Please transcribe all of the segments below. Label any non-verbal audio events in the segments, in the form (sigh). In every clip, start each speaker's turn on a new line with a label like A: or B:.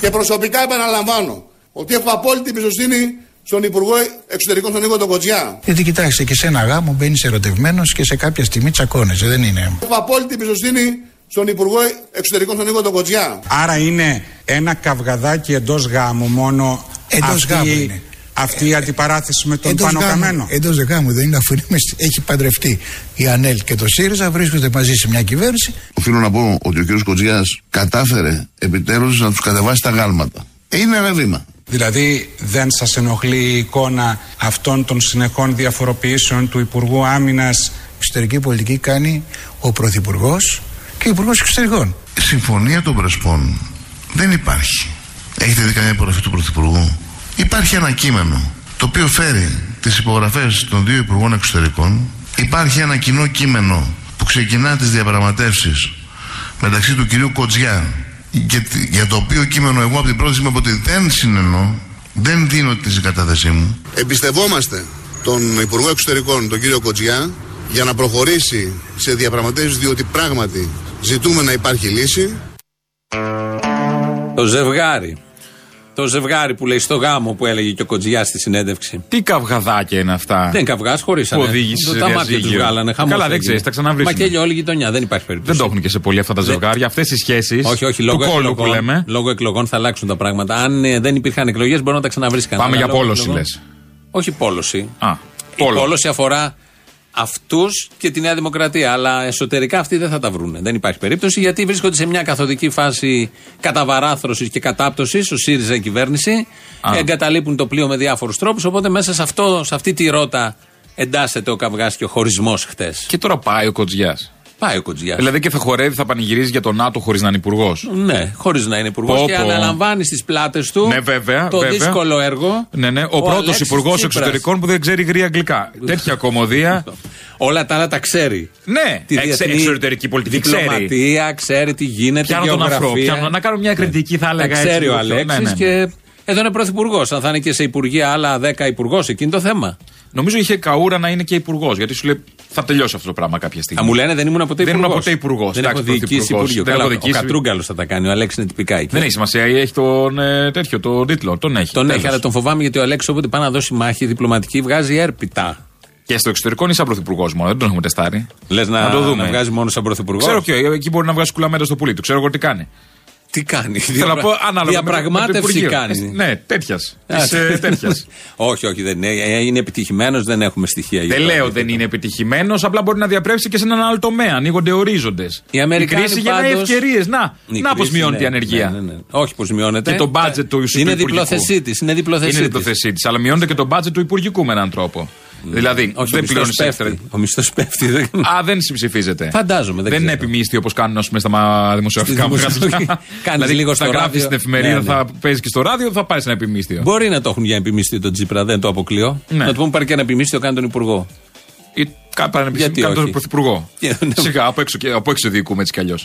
A: Και προσωπικά επαναλαμβάνω ότι έχω απόλυτη εμπιστοσύνη στον Υπουργό Εξωτερικών, στον Νίκο Κοτζιά.
B: Γιατί κοιτάξτε, και σε ένα γάμο μπαίνεις ερωτευμένος και σε κάποια στιγμή τσακώνεσαι, δεν είναι.
A: Έχω απόλυτη εμπιστοσύνη στον Υπουργό Εξωτερικών, στον Νίκο Κοτζιά.
C: Άρα είναι ένα καυγαδάκι εντός γάμου μόνο.
B: Εντός
C: αυτή-
B: γάμου είναι.
C: Αυτή η αντιπαράθεση με τον
B: Εντός
C: Πάνο
B: γάμου-
C: Καμένο.
B: Εντός δε γάμου δεν είναι, αφού είναι, μες- έχει παντρευτεί η Ανέλ και το ΣΥΡΙΖΑ, βρίσκονται μαζί σε μια κυβέρνηση.
D: Οφείλω να πω ότι ο κ. Κοτζιάς κατάφερε επιτέλους να τους κατεβάσει τα γάλματα. Είναι ένα βήμα.
C: Δηλαδή δεν σας ενοχλεί η εικόνα αυτών των συνεχών διαφοροποιήσεων του Υπουργού Άμυνας
B: Εξωτερική πολιτική κάνει ο Πρωθυπουργός και ο Υπουργός Εξωτερικών.
D: Συμφωνία των Πρεσπών δεν υπάρχει. Έχετε δει καμία υπογραφή του Πρωθυπουργού. Υπάρχει ένα κείμενο το οποίο φέρει τις υπογραφές των δύο Υπουργών Εξωτερικών. Υπάρχει ένα κοινό κείμενο που ξεκινά τις διαπραγματεύσεις μεταξύ του κυρίου Κοτζιά για, τη- για το οποίο κείμενο εγώ από την πρώτη στιγμή είπα ότι δεν συνενώ, δεν δίνω τη συγκατάθεσή μου.
A: Εμπιστευόμαστε τον Υπουργό Εξωτερικών, τον κύριο Κοτζιά, για να προχωρήσει σε διαπραγματεύσεις διότι πράγματι ζητούμε να υπάρχει λύση.
E: Το ζευγάρι. Το ζευγάρι που λέει στο γάμο που έλεγε και ο Κοτζιά στη συνέντευξη.
F: Τι καυγαδάκια είναι αυτά.
E: Δεν καυγάς, χωρίσανε.
F: Που οδήγησες σε
E: Τα μάτια του
F: διαζύγιο.
E: βγάλανε. χαμός
F: Καλά, δεν
E: έγινε.
F: ξέρεις, τα ξαναβρίσκουν.
E: Μα και για όλη η γειτονιά, δεν υπάρχει περίπτωση.
F: Δεν το έχουν και σε πολύ αυτά τα ζευγάρια. Αυτές οι σχέσεις
E: Όχι, όχι,
F: του
E: λόγω
F: κόλλου που
E: εκλογών,
F: λέμε.
E: λόγω εκλογών θα αλλάξουν τα πράγματα. Αν ε, δεν υπήρχαν εκλογές, μπορεί να τα ξαναβρεις κανένα.
F: Πάμε
E: Αλλά
F: για
E: λόγω
F: πόλωση,
E: εκλογών-
F: λες.
E: Όχι πόλωση.
F: Α,
E: Η
F: πόλο.
E: πόλωση αφορά αυτούς και τη Νέα Δημοκρατία. Αλλά εσωτερικά αυτοί δεν θα τα βρουν. Δεν υπάρχει περίπτωση γιατί βρίσκονται σε μια καθοδική φάση καταβαράθρωση και κατάπτωσης. Ο ΣΥΡΙΖΑ η κυβέρνηση.
F: Α.
E: Εγκαταλείπουν το πλοίο με διάφορους τρόπους. Οπότε μέσα σε, αυτό, σε αυτή τη ρότα εντάσσεται ο καυγάς και ο χωρισμός χτες.
F: Και τώρα πάει ο Κοτζιάς.
E: Πάει ο Κοντζιά.
F: Δηλαδή και θα χορεύει, θα πανηγυρίζει για τον ΝΑΤΟ χωρίς να είναι υπουργός.
E: Ναι, χωρίς να είναι υπουργός.
F: Πω,
E: Και
F: πω.
E: αναλαμβάνει στις πλάτες του
F: Ναι, βέβαια.
E: το
F: βέβαια.
E: δύσκολο έργο.
F: Ναι, ναι. Ο, πρώτος
E: Αλέξης
F: υπουργός
E: Τσίπρας.
F: εξωτερικών που δεν ξέρει γρήγορα αγγλικά. Τέτοια κομμωδία.
E: Όλα τα άλλα τα ξέρει.
F: Ναι,
E: (laughs) Τη
F: εξ-
E: διεθνή
F: εξωτερική πολιτική ξέρει.
E: διπλωματία, ξέρει τι γίνεται.
F: Πιάνω τον
E: γεωγραφία.
F: αφρό, πιάνω- να κάνω μια κριτική, θα έλεγα,
E: Τα
F: έτσι,
E: ξέρει ο
F: λίγο πιο-
E: Αλέξης
F: ναι, ναι, ναι.
E: και. Εδώ είναι πρωθυπουργός. Αν θα είναι και σε υπουργεία άλλα 10 υπουργό, εκείνο το θέμα.
F: Νομίζω είχε καούρα να είναι και υπουργός. Γιατί σου λέει θα τελειώσει αυτό το πράγμα κάποια στιγμή.
E: Θα μου λένε δεν ήμουν ποτέ
F: Δεν
E: υπουργό.
F: ήμουν ποτέ υπουργός.
E: Δεν έχω
F: Εντάξει,
E: διοικήσει
F: πρωθυπουργός.
E: υπουργείο.
F: Δεν
E: Καλά,
F: έχω
E: ο
F: διοικήσει-
E: Κατρούγκαλος θα τα κάνει. Ο Αλέξης είναι τυπικά εκεί.
F: Δεν έχει σημασία, έχει τον ε, τέτοιο, τον τίτλο. Τον έχει.
E: Τον
F: Τέλος.
E: έχει, αλλά τον φοβάμαι γιατί ο Αλέξης όποτε πάει να δώσει μάχη διπλωματική βγάζει έρπιτα.
F: Και στο εξωτερικό είναι σαν πρωθυπουργός μόνο, δεν τον έχουμε τεστάρει.
E: Λες να,
F: Να το δούμε.
E: να βγάζει μόνο σαν πρωθυπουργός.
F: Ξέρω και εκεί μπορεί να βγάζει κουλαμένα στο πουλί του. Ξέρω εγώ τι κάνει.
E: Τι κάνει.
F: Θέλω να πω ανάλογα. με το- με το
E: Διαπραγμάτευση
F: Υπουργείο.
E: κάνει.
F: Ναι, τέτοιας.
E: Α,
F: Τέτοιας.
E: (laughs) όχι, όχι, δεν είναι. Ε, Είναι επιτυχημένος, δεν έχουμε στοιχεία. για
F: Δεν
E: το
F: λέω
E: αντίθετο.
F: δεν είναι επιτυχημένος, απλά μπορεί να διαπρέψει και σε έναν άλλο τομέα. Ανοίγονται ορίζοντες.
E: Οι Αμερικάνοι
F: κρίση γεννάει
E: πάντως-
F: ευκαιρίες. Να,
E: Η
F: να πώ
E: κρίση,
F: μειώνεται
E: ναι,
F: η ανεργία.
E: ναι, ναι, ναι. Όχι πω μειώνεται. Ε,
F: Και το budget του Υπουργικού.
E: Είναι διπλοθεσί τη. Είναι διπλοθεσί
F: Είναι
E: της.
F: διπλοθεσί τη. Αλλά μειώνεται και το budget του Υπουργικού με έναν τρόπο. Δηλαδή,
E: Ναι. Όχι,
F: δεν
E: ο μισθός
F: πληρώνεις έξτρα.
E: πέφτει. Ο μισθός πέφτει. δεν-
F: Α, δεν συμψηφίζεται.
E: Φαντάζομαι, δεν
F: Δεν είναι
E: ξέρω.
F: επιμίστη όπως κάνουν ας πούμε, στα μα- δημοσιογραφικά
E: Στη
F: μου
E: δημοσιογραφική.
F: γραφεία.
E: Κάνεις
F: Δηλαδή,
E: λίγο
F: θα
E: στο
F: γράφεις
E: ράδιο.
F: στην εφημερίδα,
E: Ναι, ναι.
F: θα παίζεις και στο ράδιο, θα πάρεις ένα επιμίστιο.
E: Μπορεί να το έχουν για επιμισθή τον Τζίπρα, δεν το αποκλείω.
F: Ναι.
E: Να του πούμε πάρει και ένα επιμίσθιο, κάνει τον Υπουργό.
F: Ή κά-
E: Γιατί
F: πανεπιστήμιο, κάνει
E: όχι. ναι.
F: τον
E: (laughs)
F: πρωθυπουργό.
E: Γιατί δεν-
F: Σιγά, από έξω, και- από έξω διοικούμε έτσι κι αλλιώς.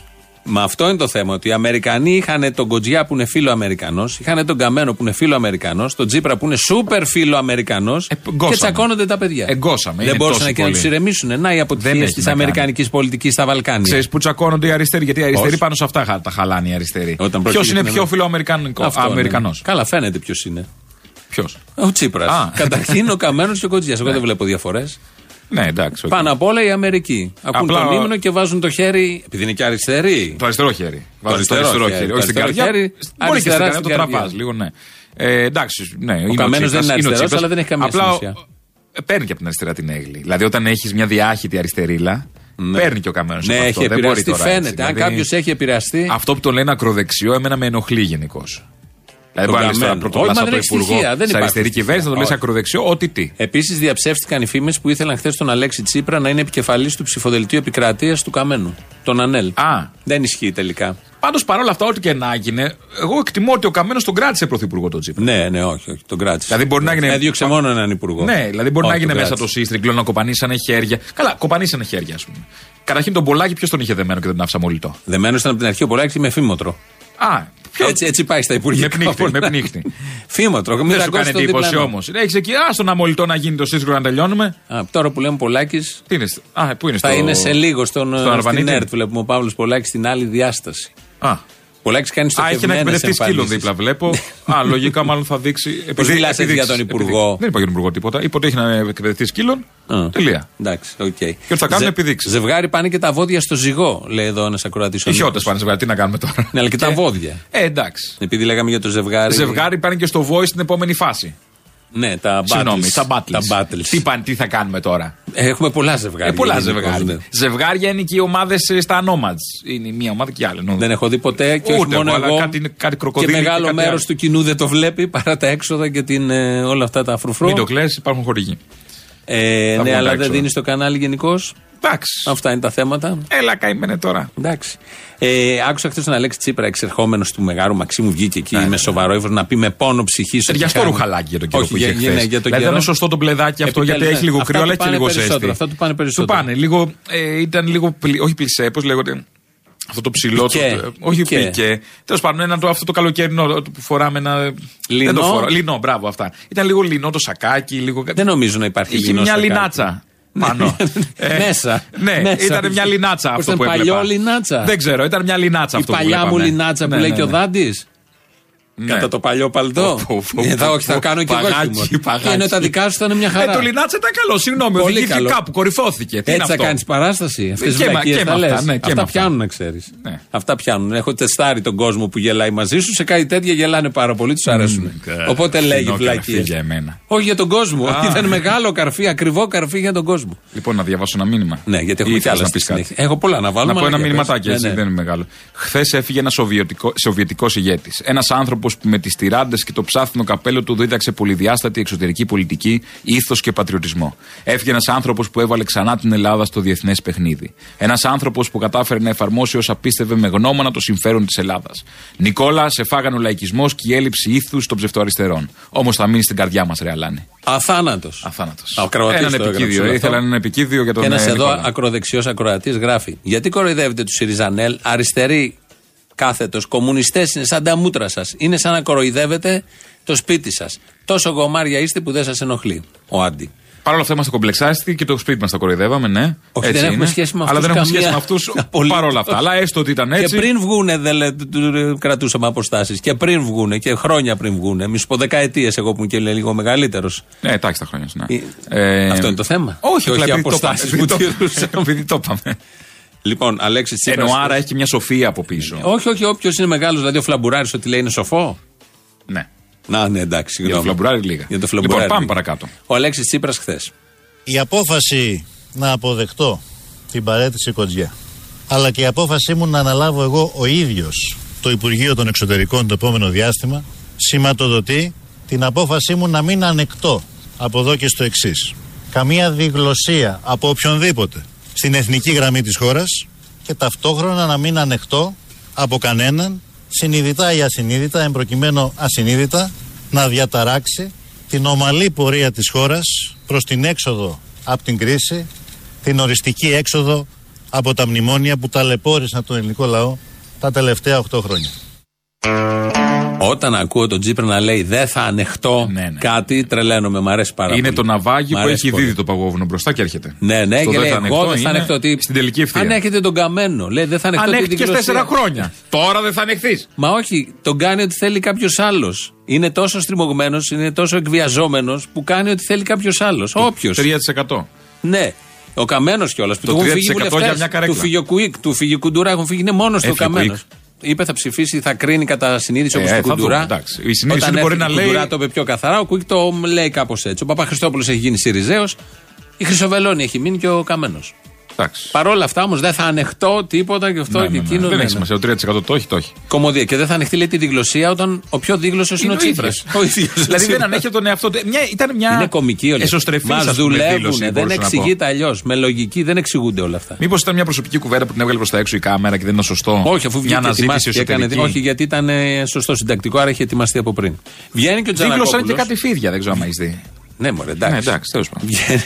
E: Μα αυτό είναι το θέμα. Ότι οι Αμερικανοί είχαν τον Κοτζιά που είναι φίλο Αμερικανός, είχαν τον Καμένο που είναι φίλο Αμερικανός, τον Τζίπρα που είναι σούπερ φίλο Αμερικανός
F: Ε, γκώσαμε.
E: και τσακώνονται τα παιδιά.
F: Εγκώσαμε,
E: Δεν
F: είναι
E: μπορούσαν
F: τόσο
E: και να
F: πολύ.
E: του ηρεμήσουν. Να οι
F: Δεν
E: αποτυχίες
F: έχει
E: της
F: να κάνει.
E: Αμερικανικής πολιτικής στα Βαλκάνια.
F: Ξέρεις που τσακώνονται οι αριστεροί, γιατί οι αριστεροί
E: Πώς?
F: πάνω σε αυτά χα- τα χαλάνε οι αριστεροί.
E: Όταν
F: Ποιος
E: πρόκειται
F: είναι
E: για την
F: πιο
E: Αμερική.
F: φιλοαμερικανικό.
E: ναι.
F: Αμερικανός.
E: Καλά, φαίνεται ποιος είναι.
F: Ποιος.
E: Ο Τσίπρας.
F: Α.
E: Καταρχήν ο Καμένος και ο Κοτζιάς. Εγώ δεν βλέπω διαφορές.
F: Ναι, εντάξει. οκ.
E: Πάνω απ' όλα η Αμερική. Ακούν
F: Απλά
E: τον
F: ο-
E: ύμνο και βάζουν το χέρι. Επειδή είναι και αριστεροί.
F: Το αριστερό χέρι. Βάζεις
E: αριστερό χέρι.
F: Όχι στην
E: Το αριστερό
F: καρδιά.
E: χέρι,
F: Μπορεί και
E: αριστερά
F: στην καρδιά,
E: στην
F: το
E: καρδιά.
F: τραβά λίγο, ναι. Ε, εντάξει, ναι. είναι Ο
E: Καμένος δεν
F: Τσίπρας,
E: είναι αριστερός,
F: ο Τσίπρας.
E: αλλά δεν έχει καμία
F: Απλά,
E: σημασία.
F: ε, Παίρνει και από την αριστερά την έγκλη. Δηλαδή, όταν έχεις μια διάχυτη αριστερίλα, παίρνει και ο καμένος.
E: Ναι, έχει επηρεαστεί. Φαίνεται. Αν κάποιος έχει επηρεαστεί.
F: Δηλαδή, Αυτό που τον λένε ακροδεξιό, εμένα με ενοχλεί γενικώς. Δηλαδή, μπορεί να λες τώρα
E: Καμένο.
F: πρωτοπλά
E: Όχι, μα
F: από
E: δεν έχει
F: υπουργό
E: στοιχεία, δεν
F: σε
E: υπάρχουν
F: αριστερής
E: στοιχεία.
F: κυβέρνησης, να το λες
E: Όχι.
F: ακροδεξιό, ό,τι τι.
E: Επίσης, διαψεύστηκαν οι φήμες που ήθελαν χθες τον Αλέξη Τσίπρα να είναι επικεφαλής του ψηφοδελτίου επικρατείας του Καμένου. Τον Ανέλ.
F: Α.
E: Δεν ισχύει τελικά.
F: Πάντως παρόλα αυτά, ό,τι και να έγινε, εγώ εκτιμώ ότι ο Καμένος τον κράτησε πρωθυπουργό τον Τσίπρα.
E: Ναι, ναι, όχι, όχι. Τον κράτησε.
F: Δηλαδή μπορεί να έγινε-
E: Έδιωξε μόνο έναν υπουργό.
F: Ναι, δηλαδή μπορεί
E: Όχι,
F: να έγινε
E: τον
F: μέσα το
E: κράτησε.
F: σύστριγκλο, να κοπανίσανε χέρια. Καλά, κοπανίσανε χέρια, ας πούμε. Καταρχήν τον Πολάκη, ποιος τον είχε δεμένο και δεν τον άφησα μολυτό.
E: Δεμένος ήταν από την αρχή ο Πολάκης με φήμοτρο.
F: Α, ποιο.
E: Έτσι, έτσι πάει στα
F: με
E: υπουργεία.
F: πνίχτη, με πνίχτη.
E: (laughs) φήμοτρο. μην
F: δεν σου
E: δαγκώσει
F: κάνει
E: τον
F: εντύπωση
E: διπλανό.
F: όμως. Έχεις εκεί, άστο να μολυτό να γίνει το σύστριγκλο να τελειώνουμε.
E: Α, τώρα που λέμε Πολάκης.
F: Τι είναι, σ- α, πού είναι
E: Θα
F: στο-
E: είναι σε λίγο στον, ε,
F: στον
E: στην
F: Αρβανίτη.
E: ΕΡΤ. Βλέπουμε ο Παύλος Πολάκης στην άλλη διάσταση.
F: Α,
E: Πολάκη κάνει
F: Α, έχει ένα
E: στοχευμένες
F: εκπαιδευτή σκύλο
E: εμφανίσεις.
F: δίπλα, βλέπω. Α, λογικά μάλλον θα
E: (laughs)
F: δείξει. επειδή-
E: μιλάς έτσι
F: επειδή-
E: για τον
F: επειδή-
E: Υπουργό.
F: Δεν είπα για τον Υπουργό τίποτα. Είπα ότι έχει ένα εκπαιδευτή σκύλων.
E: Α.
F: Τελεία.
E: Εντάξει, οκ. Και
F: ότι θα κάνουν επιδείξεις.
E: Ζευγάρι πάνε και τα βόδια στο ζυγό, λέει εδώ ένας ακροατής.
F: Οι χιώτες πάνε ζευγάρι, τι να κάνουμε τώρα.
E: Ναι, αλλά και τα βόδια. Δηλαδή-
F: Ε, εντάξει.
E: Επειδή λέγαμε για το ζευγάρι.
F: Ζευγάρι πάνε και στο voice στην επόμενη φάση.
E: Ναι, τα battles.
F: Συγγνώμη, τα battles.
E: Τα battles.
F: Τι, πάνε, τι θα κάνουμε τώρα.
E: Έχουμε πολλά ζευγάρια.
F: Ε, πολλά
E: γενικώς, ναι.
F: ζευγάρια. Ζευγάρια είναι και οι ομάδες στα Nomads. Είναι η μία ομάδα και η άλλη. εννοώ.
E: Δεν έχω δει ποτέ και
F: Ούτε
E: όχι μόνο
F: εγώ, αλλά
E: εγώ.
F: κάτι είναι- κάτι
E: και
F: κροκοδίλι και
E: μεγάλο
F: κάτι
E: μέρος
F: άλλο.
E: του κοινού δεν το βλέπει παρά τα έξοδα και την, ε, όλα αυτά τα φρουφρού.
F: Μην το κλε, υπάρχουν χορηγοί.
E: ε,
F: βγουν
E: ναι,
F: τα
E: αλλά δεν
F: έξοδα.
E: δίνεις το κανάλι γενικώς.
F: Εντάξει.
E: Αυτά είναι τα θέματα.
F: Έλα, καημένε τώρα.
E: Εντάξει. Ε, άκουσα χθες τον Αλέξη Τσίπρα, εξερχόμενος του Μεγάρου Μαξίμου, βγήκε
F: Ναι,
E: εκεί με σοβαρό ύφος να πει με πόνο ψυχή.
F: Ταιριαστό Ε, ρουχαλάκι για τον καιρό
E: Ε, Όχι,
F: που είχε
E: για-
F: χθες.
E: ναι, για τον
F: δηλαδή,
E: καιρό.
F: ήταν σωστό το μπλεδάκι αυτό
E: Επιτέλους,
F: γιατί
E: ναι.
F: έχει λίγο
E: Αυτά
F: κρύο
E: του
F: αλλά έχει και
E: πάνε
F: λίγο
E: περισσότερο,
F: ζέστη.
E: αυτά του πάνε
F: Του
E: περισσότερο.
F: πάνε λίγο. ε, ήταν λίγο. πλη- όχι πλησέ, πώς λέγονται. Αυτό το ψηλό του.
E: Πικέ.
F: ε, Όχι
E: Πικέ.
F: πικέ. Τέλος πάντων, ένα το, αυτό το καλοκαιρινό το που φοράμε ένα.
E: Λινό.
F: Δεν το φορά. Λινό, μπράβο αυτά. Ήταν λίγο λινό το σακάκι, λίγο.
E: Δεν νομίζω να υπάρχει
F: Είχε
E: λινό
F: μια
E: σακάκι.
F: λινάτσα.
E: Ναι.
F: Πάνω. (laughs) Ε,
E: Μέσα.
F: Ναι,
E: Μέσα.
F: ήταν μια λινάτσα
E: Πώς
F: αυτό
E: ήταν,
F: που έβλεπα.
E: παλιό λινάτσα?
F: Δεν ξέρω, ήταν μια λινάτσα
E: Η
F: αυτό που
E: παλιά μου
F: βλέπαμε.
E: λινάτσα που
F: Ναι,
E: λέει
F: ναι,
E: και ο
F: ναι.
E: Δάντης.
F: Ναι.
E: Κατά το παλιό παλτό.
F: Πω, πω, πω,
E: Ε, θα-
F: πω,
E: Όχι, θα
F: πω,
E: κάνω και εγώ.
F: παγάκι,
E: χιούμορ.
F: παγάκι.
E: Και Ενώ τα δικά σου ήταν μια
F: Ε,
E: χαρά.
F: το Λινάτσα ήταν καλό, συγγνώμη.
E: Πολύ
F: Οδηγήθηκε
E: καλό.
F: κάπου, κορυφώθηκε. Τι είναι
E: Έτσι θα
F: αυτό.
E: κάνεις παράσταση. Αυτές τις
F: και με-
E: βλακίες
F: και με
E: θα λες.
F: αυτά, ναι, και με
E: Αυτά
F: αυτά.
E: πιάνουν, να ξέρεις.
F: Ναι.
E: Αυτά πιάνουν. Έχω τεστάρει τον κόσμο που γελάει μαζί σου. Σε κάτι τέτοια γελάνε πάρα πολύ, τους αρέσουν.
F: κα-
E: Οπότε
F: φθηνό
E: λέγει
F: καρφί
E: βλακίες.
F: για εμένα.
E: Όχι για τον κόσμο.
F: Α.
E: Ήταν μεγάλο καρφί, ακριβό καρφί για τον κόσμο.
F: Λοιπόν, να διαβάσω ένα μήνυμα.
E: Ναι, γιατί
F: Ή
E: έχουμε κι
F: θες
E: άλλα
F: να
E: στη
F: πεις κάτι.
E: συνέχεια. Έχω πολλά να βάλω.
F: Να πω ένα μηνυματάκι,
E: Ναι,
F: έτσι, δεν είναι μεγάλο. Χθες έφυγε ένας σοβιετικό ηγέτης. Ένας άνθρωπος που με τις τυράντες και το ψάθινο καπέλο του δίδαξε πολυδιάστατη εξωτερική πολιτική, ήθος και πατριωτισμό. Έφυγε ένας άνθρωπος που έβαλε ξανά την Ελλάδα στο διεθνές παιχνίδι. Ένας άνθρωπος που κατάφερε να εφαρμόσει όσα πίστευε με γνώμονα το συμφέρον της Ελλάδας. Νικόλα, σε φάγανε ο λαϊκισμός και η έλλειψη ήθους των ψευτοαριστερών. Όμως θα μείνει στην καρδιά μας, ρε Αλάνη.
E: Αθάνατος.
F: Αθάνατος.
E: Ακροατής
F: Έναν
E: το έγραψε
F: επικίδιο.
E: αυτό.
F: Ήθελα έναν επικίδιο για τον
E: Και ένας
F: ε,
E: εδώ
F: Νικόλα.
E: ακροδεξιός ακροατής γράφει. Γιατί κοροϊδεύετε τους Σιριζανέλ, αριστεροί κάθετος, κομμουνιστές είναι σαν τα μούτρα σας. Είναι σαν να κοροϊδεύετε το σπίτι σας. Τόσο γομάρια είστε που δεν σας ενοχλεί. Ο Άντι.
F: Παρ' όλα αυτά είμαστε κομπλεξάστοι και το σπίτι μας τα κοροϊδεύαμε, ναι.
E: Όχι, δεν έχουμε σχέση με αυτούς
F: Αλλά δεν έχουμε
E: καμία-
F: σχέση με αυτούς
E: (laughs) απολύτως.
F: παρόλα αυτά. Αλλά έστω ότι ήταν έτσι.
E: Και πριν βγούνε, δεν λέ, του- του- κρατούσαμε αποστάσεις. Και πριν βγούνε, και χρόνια πριν βγούνε. Μη σου πω δεκαετίες, εγώ που είμαι και λίγο μεγαλύτερος.
F: Ναι, εντάξει τα χρόνια σου. Ναι.
E: Ε, αυτό είναι το θέμα.
F: Όχι,
E: όχι
F: όχι,
E: οι αποστάσεις που (laughs) τηρούσαν.
F: (laughs) Επειδή το είπαμε.
E: Λοιπόν, Αλέξης Τσίπρας.
F: Ενώ άρα έχει και μια σοφία από πίσω.
E: Όχι, όχι, όποιος είναι μεγάλος, δηλαδή ο Φλαμπουράρης, ότι λέει είναι σοφό.
F: Ναι.
E: Να, ναι, εντάξει.
F: Για το
E: συγγνώμη.
F: φλαμπουράρι λίγα.
E: Για το φλαμπουράρι.
F: Λοιπόν, πάμε παρακάτω.
E: Ο Αλέξης Τσίπρας χθες.
G: Η απόφαση να αποδεχτώ την παρέτηση Κοντζιά, αλλά και η απόφασή μου να αναλάβω εγώ ο ίδιος το Υπουργείο των Εξωτερικών το επόμενο διάστημα, σηματοδοτεί την απόφασή μου να μην ανεκτώ από εδώ και στο εξής. Καμία διγλωσία από οποιονδήποτε στην εθνική γραμμή της χώρας και ταυτόχρονα να μην ανεχτώ από κανέναν συνειδητά ή ασυνείδητα, εμπροκειμένο ασυνείδητα, να διαταράξει την ομαλή πορεία της χώρας προς την έξοδο από την κρίση, την οριστική έξοδο από τα μνημόνια που ταλαιπώρησαν τον ελληνικό λαό τα τελευταία 8 χρόνια.
E: Όταν ακούω τον Τσίπρα να λέει Δεν θα ανεχτώ
F: Ναι, ναι.
E: κάτι, τρελαίνομαι. Μ' αρέσει πάρα πολύ.
F: Είναι το ναυάγι
E: Μ'
F: που
E: αρέσει
F: έχει
E: πολύ.
F: δίδει το παγόβουνο μπροστά και έρχεται.
E: Ναι, ναι,
F: Στο
E: και
F: «Δεν
E: λέει:
F: θα
E: Εγώ δεν θα
F: είναι
E: ανεχτώ. ότι-
F: Στην τελική ευθεία.
E: Αν έχετε τον καμένο, λέει: Δεν θα ανεχτώ. τη
F: Ανέχτηκε
E: διγλωσία».
F: τέσσερα χρόνια. Τώρα δεν θα ανεχθείς.
E: Μα όχι, τον κάνει ότι θέλει κάποιος άλλος. Είναι τόσο στριμωγμένος, είναι τόσο εκβιαζόμενος που κάνει ότι θέλει κάποιος άλλος. Όποιο.
F: 3%.
E: Ναι. Ο καμένος κιόλας που
F: Το
E: του έχουν φύγει
F: 3% για μια
E: βουλευτέ. Του
F: καρέκλα. Ε,
E: φύγει ο Κουίκ, του φύγει η Κουντουρά, έχουν φύγει. Είναι μόνος του ο
F: Έφυγε ο
E: καμένο.
F: Κουίκ.
E: Είπε θα ψηφίσει, θα κρίνει κατά συνείδηση
F: Ε,
E: όπως
F: ε,
E: του
F: θα
E: Κουντουρά.
F: δούμε, εντάξει. Η συνείδηση
E: Όταν
F: του μπορεί
E: έφυγε
F: να
E: ο Κουντουρά
F: λέει-
E: το είπε πιο καθαρά, ο Κουίκ το λέει κάπως έτσι. Ο Παπαχριστόπουλος έχει γίνει Σιριζέος, η Χρυσοβελόνη έχει μείνει και ο καμένος.
F: Εντάξει.
E: Παρ' όλα αυτά όμως δεν θα ανεχτώ τίποτα και αυτό
F: Ναι,
E: και
F: ναι, ναι.
E: εκείνο.
F: Δεν
E: ναι,
F: έχει
E: ναι.
F: σημασία. Το 3% το έχει, το έχει.
E: Κομμωδία. Και δεν θα ανεχτεί λέει τη διγλωσία όταν ο πιο δίγλωσο είναι, ο Τσίπρας.
F: ίδιος. δηλαδή δεν ανέχεται τον εαυτό του. Μια, ήταν μια
E: Είναι κομική όλη.
F: εσωστρεφής,
E: Μας
F: ας πούμε, δήλωση,
E: δουλεύουν. Δεν
F: μπορούσα να πω.
E: εξηγείται αλλιώς. Με λογική δεν εξηγούνται όλα αυτά.
F: Μήπως ήταν μια προσωπική κουβέντα που την έβγαλε προς τα έξω η κάμερα και δεν είναι σωστό.
E: Όχι, αφού
F: μια
E: βγήκε ετοιμάστηκε, έκανε.
F: εσωτερική.
E: Όχι, γιατί ήταν ε, σωστό συντακτικό, άρα είχε ετοιμαστεί από πριν. Βγαίνει και ο
F: Δίγλωσαν και
E: Τζανακόπουλο.
F: κάτι φίδια, δεν ξέρω αν έχεις δει.
E: Ναι, μωρέ, εντάξει.
F: Ναι, εντάξει, τέλος πάντων.
E: Βγαίνει,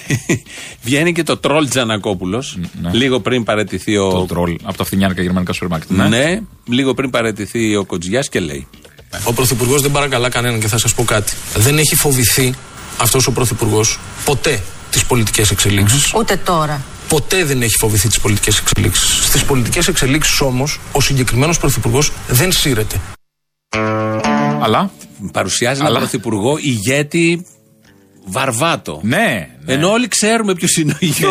E: (laughs) βγαίνει και το τρόλ Τζανακόπουλος, λίγο πριν παραιτηθεί ο.
F: ναι. Το τρόλ από τα φθηνιάρικα γερμανικά σούπερ μάρκετ. Ναι.
E: Ναι, λίγο πριν παραιτηθεί ο Κοτζιάς και λέει.
H: Ο Πρωθυπουργός δεν παρακαλά κανέναν και θα σας πω κάτι. Δεν έχει φοβηθεί αυτός ο Πρωθυπουργός ποτέ τις πολιτικές εξελίξεις.
I: Ούτε τώρα.
H: Ποτέ δεν έχει φοβηθεί τις πολιτικές εξελίξεις. Στις πολιτικές εξελίξεις όμως ο συγκεκριμένος Πρωθυπουργός δεν σύρεται.
F: Αλλά.
E: Παρουσιάζει
F: Αλλά-
E: έναν πρωθυπουργό ηγέτη βαρβάτο.
F: Ναι, ναι.
E: Ενώ όλοι ξέρουμε ποιος είναι ο ηγέτη.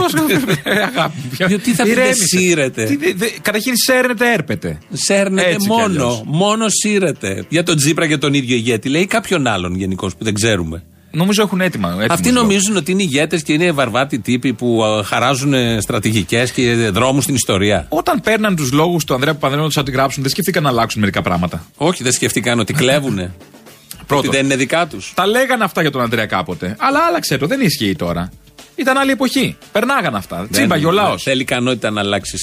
F: Ε, αγάπη μου, ποιο-
E: Γιατί θα πει δεν
F: Ηρέμησε. Τι
E: σύρεται.
F: δε- δε- Καταρχήν σέρνεται, έρπεται.
E: Σέρνεται
F: Έτσι κι
E: μόνο.
F: αλλιώς.
E: Μόνο σύρεται. Για τον Τζίπρα και τον ίδιο ηγέτη. Λέει κάποιον άλλον γενικώς που δεν ξέρουμε.
F: Νομίζω έχουν έτοιμα. έτοιμους
E: Αυτοί
F: λόγους.
E: νομίζουν ότι είναι ηγέτες και είναι βαρβάτοι τύποι που ε, χαράζουν στρατηγικές και δρόμους στην ιστορία.
F: Όταν παίρναν τους λόγους του Ανδρέα Παπανδρέου να τους αντιγράψουν, δεν σκεφτήκαν να αλλάξουν μερικά πράγματα.
E: Όχι, δεν σκεφτήκαν ότι (laughs) κλέβουνε. ότι
F: Πρώτον,
E: δεν είναι δικά τους.
F: τα λέγανε αυτά για τον Ανδρέα κάποτε. Αλλά άλλαξε το, δεν ισχύει τώρα. Ήταν άλλη εποχή. Περνάγαν αυτά. Τσίμπαγε ο λαός.
E: Θέλει ικανότητα να αλλάξει.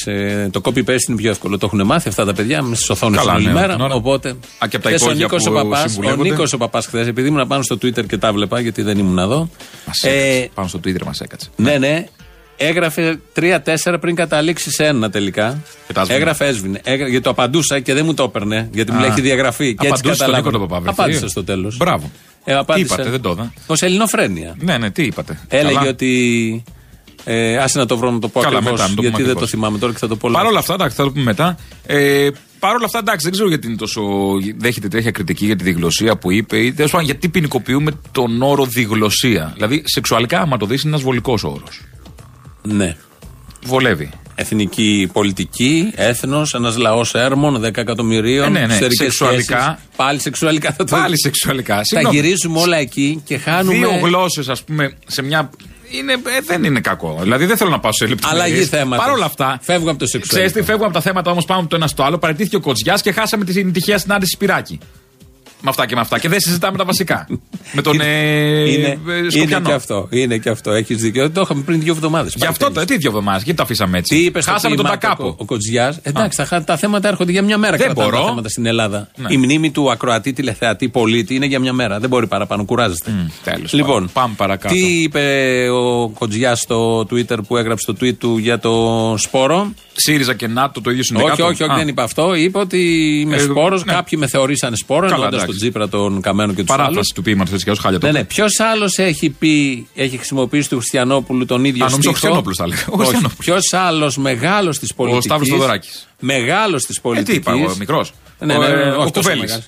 E: το copy paste είναι πιο εύκολο. Το έχουν μάθει αυτά τα παιδιά με στι οθόνες
F: Καλά,
E: όλη
F: ναι,
E: μέρα.
F: την ώρα.
E: Οπότε.
F: Α, και απ' τα
E: Χθες ο
F: υπόγεια
E: Νίκος ο
F: που
E: Παπά, ο
F: συμβουλεύονται.
E: Νίκος ο Παπάς χθες, επειδή ήμουν πάνω στο Twitter και τα βλέπα, γιατί δεν ήμουν εδώ.
F: Μας
E: Ε,
F: έκατσε. Πάνω στο Twitter μας έκατσε.
E: ναι, ναι. Έγραφε 3-4 πριν καταλήξεις σε ένα τελικά.
F: Και τα έσβηνε.
E: Έγραφε, έσβηνε. Έγρα... Γιατί το απαντούσα και δεν μου το έπαιρνε. Γιατί μου
F: Α.
E: λέει έχει διαγραφεί. Και έτσι
F: Απαντούσε στον
E: καταλάβω.
F: Νίκο τον Παπαδρέου.
E: Απάντησε στο τέλος.
F: Μπράβο.
E: Ε, απάντησε.
F: είπατε, δεν το είδα.
E: Ως ελληνοφρένεια.
F: Ναι, ναι, τι είπατε.
E: Έλεγε
F: Καλά.
E: ότι. Ε, άσε να το βρω να το πω
F: Καλά,
E: ακριβώς,
F: μετά, να το πούμε
E: γιατί δεν το
F: ακριβώς.
E: θυμάμαι τώρα και θα το πω
F: Παρ'
E: λάθος.
F: όλα αυτά, εντάξει, θα το πούμε μετά. Ε, Παρ' όλα αυτά, εντάξει, δεν ξέρω γιατί είναι τόσο. Δέχεται τέτοια κριτική για τη διγλωσία που είπε, ή τέλος πάντων γιατί ποινικοποιούμε τον όρο διγλωσία. Δηλαδή, σεξουαλικά, άμα το δεις, είναι ένας βολικός όρος.
E: Ναι.
F: Βολεύει.
E: Εθνική πολιτική, έθνος, ένας λαός έρμων, 10 εκατομμυρίων,
F: Ε, ναι, ναι.
E: εξωτερικές
F: Σεξουαλικά.
E: σχέσεις. Πάλι σεξουαλικά θα το
F: Πάλι σεξουαλικά.
E: Τα
F: Συγγνώμη.
E: γυρίζουμε όλα εκεί και χάνουμε.
F: Δύο γλώσσες, ας πούμε, σε μια. Είναι, ε, δεν είναι κακό. Δηλαδή δεν θέλω να πάω σε λεπτομέρειε.
E: Αλλαγή θέματος.
F: Παρ' όλα αυτά.
E: Φεύγω από το σεξουαλικό.
F: Ξέρετε, φεύγω από τα θέματα όμως πάμε από το ένα στο άλλο. Παραιτήθηκε ο Κοτζιάς και χάσαμε την τυχαία συνάντηση Σπυράκη. Με αυτά και με αυτά. Και δεν συζητάμε τα βασικά. με τον
E: Είναι-
F: ε,
E: είναι,
F: ε,
E: είναι
F: Σκοπιανό.
E: και αυτό. Είναι και αυτό. Έχεις δίκιο. Το είχαμε πριν δύο εβδομάδες.
F: Γι' αυτό τα, τι δύο εβδομάδες, γιατί τα αφήσαμε έτσι.
E: Τι είπες στο
F: Χάσαμε τον
E: κλίμα,
F: Τακάπο.
E: Ο, ο Κοτζιά. Εντάξει, τα, χα- τα θέματα έρχονται για μια μέρα.
F: Δεν
E: κρατάνε
F: μπορώ.
E: Τα θέματα στην Ελλάδα.
F: Ναι.
E: Η μνήμη του ακροατή, τηλεθεατή, πολίτη είναι για μια μέρα. Δεν μπορεί παραπάνω. Κουράζεστε.
F: τέλος
E: λοιπόν,
F: πάντων. Πάμε παρακάτω.
E: Τι είπε ο Κοτζιά στο Twitter που έγραψε το tweet του για το σπόρο.
F: ΣΥΡΙΖΑ και ΝΑΤΟ το ίδιο συνδικάτο.
E: Όχι, όχι, όχι,
F: Ναι, Α,
E: δεν είπα αυτό. Είπε ότι είμαι
F: Ε,
E: σπόρος.
F: ναι.
E: Κάποιοι με θεωρήσαν σπόρο,
F: Καλά,
E: εννοώντας τον
F: εντάξει.
E: Τζίπρα, τον Καμένο και τους άλλου.
F: Παράταση του ποίηματο έτσι κι αλλιώς, χάλια το.
E: Ναι, ναι. Ποιος άλλος έχει πει, έχει χρησιμοποιήσει του Χριστιανόπουλου τον ίδιο
F: Α, νόμιζα ο
E: στίχο.
F: Χριστιανόπουλος θα λέγα. Ο Χριστιανόπουλος.
E: Ποιος άλλος μεγάλος της πολιτική.
F: Σταύρος Θεοδωράκης.
E: Μεγάλος της
F: Ε,
E: πολιτική.
F: τι είπα, ο μικρός.
E: Ναι,
F: Ο,
E: ναι, ναι,
F: ε,
E: όχι τόσο
F: ο Κουβέλης.
E: μεγάλος.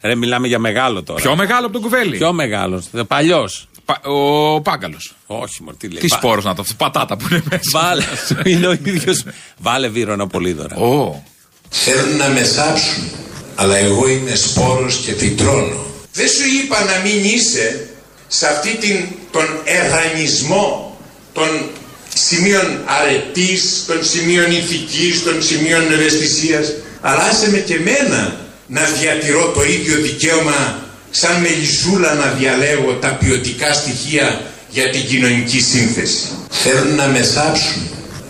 E: Ρε, μιλάμε για μεγάλο τώρα.
F: Πιο μεγάλο από τον Κουβέλη.
E: Πιο μεγάλος. Παλιός.
F: Πα- Ο Πάγκαλος.
E: Όχι, μωρ, τι λέει.
F: Τι
E: Βα-
F: σπόρος να το. αυτό, Πατάτα που είναι μέσα. (laughs)
E: Βάλε, (laughs) είναι ο ίδιος. Βάλε Βύρονα Πολύδωρα.
F: Ω.
J: Θέλουν να με σάψουν, αλλά εγώ είμαι σπόρος και φυτρώνω. Δεν σου είπα να μην είσαι σε αυτή την, τον ερανισμό των σημείων αρετής, των σημείων ηθικής, των σημείων ευαισθησίας, αλλά άσε με και μένα να διατηρώ το ίδιο δικαίωμα σαν μελισσούλα να διαλέγω τα ποιοτικά στοιχεία για την κοινωνική σύνθεση. Θέλουν να με σάψουν,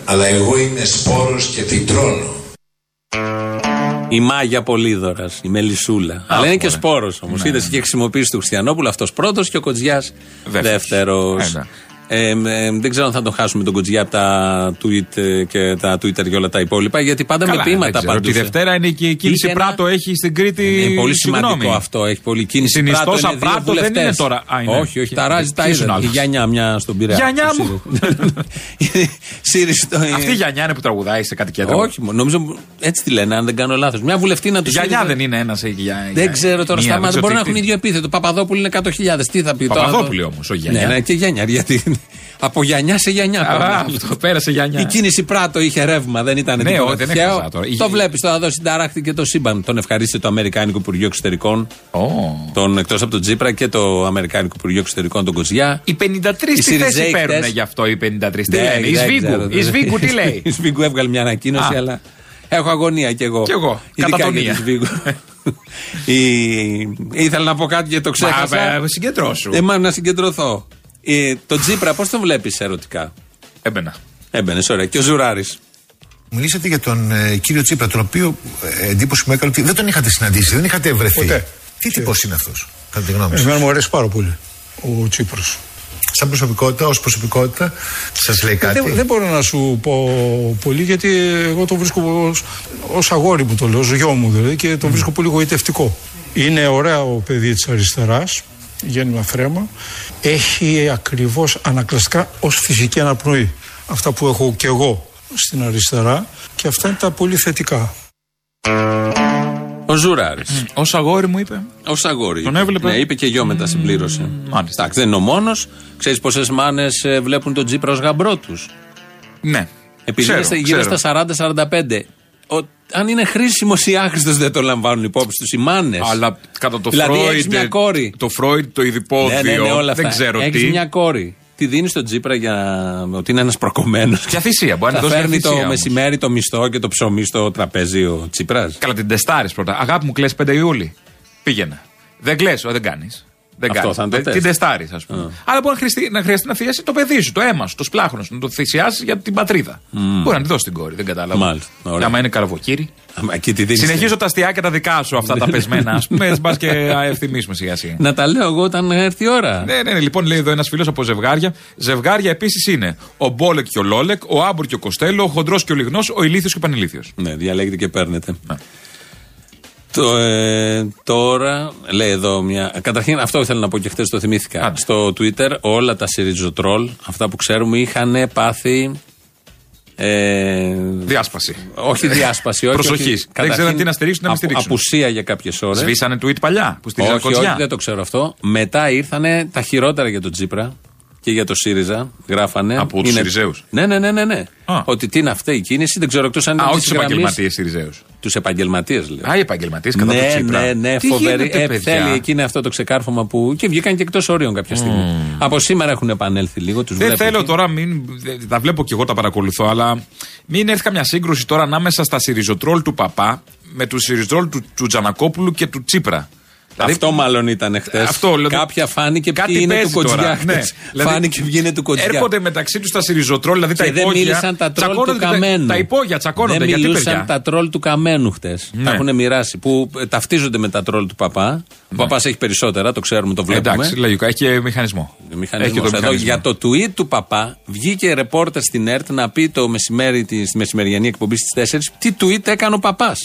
J: αλλά εγώ είμαι σπόρος και φυτρώνω.
E: Η Μάγια Πολύδωρας, η Μελισούλα. Αλλά είναι και
F: ωραία. Ναι,
E: σπόρος όμως. Είδε και είχε χρησιμοποιήσει του Χριστιανόπουλου αυτός πρώτος και ο Κοτζιάς
F: Δεύτερος. ναι.
E: δεύτερος.
F: Ένα.
E: Ε, ε, δεν ξέρω αν θα τον χάσουμε τον Κοτζιά από τα tweet ε, και τα Twitter και όλα τα υπόλοιπα, γιατί πάντα με ποίηματα
F: ξέρω.
E: απαντούσε.
F: Τη Δευτέρα είναι και η
E: Είχε
F: κίνηση
E: ένα-
F: Πράτο έχει στην Κρήτη.
E: Είναι πολύ σημαντικό
F: συγγνώμη.
E: αυτό. Έχει πολύ κίνηση.
F: Η συνιστόσα
E: Πράτο, είναι δύο
F: Πράτο δεν
E: βουλευτές.
F: είναι τώρα. Α, είναι.
E: Όχι, όχι.
F: Και-
E: Ταράζει τα
F: ποιος είναι
E: ίδια.
F: ο
E: Η
F: άλλος?
E: Γιάννια μια στον Πειραιά.
F: Γιάννια μου.
E: (laughs) Σύριστο.
F: Αυτή η Γιανιά είναι που τραγουδάει σε κάτι κέντρο.
E: Όχι, μω- νομίζω έτσι τη λένε, αν δεν κάνω λάθος. Μια βουλευτή να
F: Η
E: του
F: Γιανιά δεν είναι ε, ένα. Δεν
E: Δεν ξέρω τώρα, στάμα δεν μπορεί να έχουν ίδιο επίθετο. Παπαδόπουλο είναι 100.000. Τι θα πει τώρα.
F: Παπαδόπουλη
E: το-
F: όμως, όχι Γιαννιά.
E: Ναι, ναι, και Γιάννια. Γιατί (laughs) από Γιάννια σε Γιάννια. πάμε.
F: Α, αυτό πέρασε Γιανιά.
E: Η κίνηση Πράτο είχε ρεύμα, δεν ήταν
F: Ναι,
E: τίποτα
F: όχι, δεν
E: τυχαίο.
F: έχασα τώρα.
E: Το
F: Είχε-
E: βλέπει τώρα εδώ συνταράχθηκε το σύμπαν. Τον ευχαρίστησε το Αμερικάνικο Υπουργείο Εξωτερικών,
F: Ω.
E: τον εκτός από τον Τζίπρα και το Αμερικάνικο Υπουργείο Εξωτερικών, τον Κοζιά.
F: Οι 53
E: Οι
F: τι θέση
E: Σιριζέοι
F: παίρνουν
E: χτες-
F: γι' αυτό οι 53. Τι
E: Δεν-
F: λένε, η
E: δεν
F: Σβίγκου.
E: ναι, ξέρω.
F: Η Σβίγκου τι λέει.
E: Η Σβίγκου έβγαλε μια ανακοίνωση,
F: Α.
E: αλλά έχω αγωνία κι εγώ.
F: Κι εγώ.
E: Ειδικά
F: Κατατονία.
E: για τη
F: (laughs)
E: Σβίγκους. Η- Ήθελα να πω κάτι και το (laughs) ξέχασα.
F: Μα, ε, συγκεντρώσου.
E: Ε, μα, να συγκεντρωθώ. Ε, το Τζίπρα, πώς τον βλέπεις ερωτικά.
F: Έμπαινα.
E: Έμπαινες, ωραία. Και ο Ζουράρης.
B: Μιλήσατε για τον ε, κύριο Τσίπρα, τον οποίο ε, εντύπωση μου έκανε ότι δεν τον είχατε συναντήσει, δεν είχατε βρεθεί.
K: Ούτε.
B: Τι τύπος είναι αυτός, κατά τη γνώμη σα.
K: Εμένα μου αρέσει πάρα πολύ ο Τσίπρος.
B: Σαν προσωπικότητα, ως προσωπικότητα, σας λέει κάτι.
K: Δεν, δεν μπορώ να σου πω πολύ γιατί εγώ το βρίσκω ως, ως αγόρι μου το λέω, ως γιο μου δηλαδή και το βρίσκω πολύ γοητευτικό. Είναι ωραίο παιδί της αριστεράς, γέννημα φρέμα, έχει ακριβώς ανακλαστικά ως φυσική αναπνοή. Αυτά που έχω και εγώ στην αριστερά και αυτά είναι τα πολύ θετικά.
E: Ο Ζουράρης.
F: Ως αγόρι μου είπε.
E: Ως αγόρι.
F: Mm. Τον έβλεπε.
E: Ναι, είπε και γιο μετά συμπλήρωσε.
F: μάλιστα.
E: Εντάξει, δεν είναι ο μόνος. Ξέρεις πόσες μάνες ε, βλέπουν τον Τζίπρα ω γαμπρό τους.
F: Ναι.
E: Επειδή
F: Ξέρω,
E: είστε γύρω
F: ξέρω.
E: στα 40-45. Ο- αν είναι χρήσιμος ή άχρηστο, δεν το λαμβάνουν υπόψη τους οι μάνες.
F: Αλλά κατά το
E: Δηλαδή,
F: Freud.
E: έχεις μια
F: ε,
E: κόρη.
F: Το Freud, το
E: ναι,
F: ειδipόδιο.
E: ναι, ναι, όλα αυτά.
F: δεν ξέρω
E: Έχεις
F: τι.
E: μια κόρη. Τη δίνεις στον Τζίπρα για ότι είναι ένας προκομμένος.
F: Για θυσία, μπορεί να
E: Θα
F: δώσει μια
E: φέρνει το
F: θυσία όμως.
E: μεσημέρι το μισθό και το ψωμί στο τραπέζι ο Τσίπρας.
F: Καλά, την τεστάρεις πρώτα. Αγάπη μου, κλε 5 Ιούλη. Πήγαινε. Δεν κλε, δεν κάνεις. Δεν
E: Αυτό
F: κάνεις.
E: θα είναι το
F: Δεν-
E: τεστ.
F: Την τεστάρεις, ας πούμε. Αλλά μπορεί να χρειαστεί, να χρειαστεί να θυσιάσει το παιδί σου, το αίμα σου, το σπλάχνο σου, να το θυσιάσεις για την πατρίδα. Μπορεί να τη δώσεις την κόρη, δεν κατάλαβα.
E: Μάλιστα, ωραία.
F: Άμα είναι καραβοκύρι.
E: Εκεί τη δίνεις.
F: Συνεχίζω τα αστεία και τα δικά σου αυτά
E: (laughs)
F: τα πεσμένα, ας πούμε. Έτσι πα και ευθυμίσουμε σιγά σιγά.
E: Να τα λέω εγώ όταν έρθει η ώρα.
F: Ναι, ναι, ναι. Λοιπόν, λέει εδώ ένας φίλος από ζευγάρια. Ζευγάρια επίσης είναι ο Μπόλεκ και ο Λόλεκ, ο Άμπουρ και ο Κοστέλο, ο Χοντρός και ο Λιγνός, ο Ηλίθιος και ο Πανηλίθιος.
E: Ναι, διαλέγετε και παίρνετε.
F: Ναι.
E: Το, ε, τώρα, λέει εδώ μια. Καταρχήν, αυτό ήθελα να πω και χθες το θυμήθηκα.
F: Άντε.
E: Στο Twitter, όλα τα Σιριζοτρόλ, αυτά που ξέρουμε, είχαν πάθει. Ε,
F: Διάσπαση.
E: όχι διάσπαση, όχι.
F: Προσοχής.
E: όχι.
F: Δεν ξέραν τι να στηρίξουν, να μην
E: απο-
F: στηρίξουν.
E: Απουσία για κάποιες ώρες.
F: Σβήσανε tweet παλιά που στηρίζανε
E: Όχι, όχι,
F: κοντιά.
E: δεν το ξέρω αυτό. Μετά ήρθανε τα χειρότερα για τον Τσίπρα και για το ΣΥΡΙΖΑ. Γράφανε.
F: Από τους ΣΥΡΙΖΕΟΥς.
E: Ναι, ναι, ναι, ναι. ναι.
F: Α.
E: Ότι τι είναι αυτή η κίνηση, δεν ξέρω εκτός αν
F: Α,
E: είναι
F: όχι
E: της
F: τους
E: γραμμής-
F: επαγγελματίες Σιριζέου.
E: τους επαγγελματίες λέω.
F: Α, οι επαγγελματίες κατά
E: ναι,
F: το Τσίπρα.
E: ναι, ναι,
F: Τι
E: φοβερή.
F: γίνεται,
E: Ε,
F: παιδιά?
E: θέλει εκεί είναι αυτό το ξεκάρφωμα που. και βγήκαν και εκτός όριων κάποια στιγμή. Από σήμερα έχουν επανέλθει λίγο, τους
F: Δεν
E: βλέπω.
F: θέλω
E: εκεί.
F: τώρα, μην, δε- τα βλέπω και εγώ, τα παρακολουθώ, αλλά μην έρθει καμιά σύγκρουση τώρα ανάμεσα στα Σιριζοτρόλ του Παπά με τους Σιριζοτρόλ του, του Τζανακόπουλου και του Τσίπρα. Δηλαδή,
E: Αυτό μάλλον ήταν χτες.
F: Αυτό, λέω,
E: Κάποια φάνηκε
F: κάτι
E: ποιοι είναι του
F: παίζει τώρα,
E: κοντζιά.
F: ναι.
E: χτες.
F: Δηλαδή,
E: Φάνηκε ποιοι είναι του κοντζιά.
F: Έρχονται μεταξύ τους τα Σιριζοτρόλ, δηλαδή τα
E: Και δεν
F: υπόγεια.
E: μίλησαν τα τρόλ του
F: τσακώνονται τα-
E: Καμένου.
F: Τα υπόγεια τσακώνονται.
E: Δεν
F: γιατί,
E: μιλούσαν
F: παιδιά?
E: τα τρόλ του Καμένου χτες.
F: Ναι.
E: Τα έχουν μοιράσει. Που ε, ταυτίζονται με τα τρόλ του Παπά. Ο Παπάς έχει περισσότερα, το ξέρουμε, το βλέπουμε.
F: Ναι. Ε, Εντάξει, λογικά, έχει και μηχανισμό.
E: Μηχανισμός.
F: Έχει και το
E: Εδώ
F: μηχανισμό.
E: για το tweet του Παπά βγήκε ρεπόρτερ στην ΕΡΤ να πει το μεσημέρι της- στη μεσημεριανή εκπομπή στις 4 τι tweet έκανε ο Παπάς.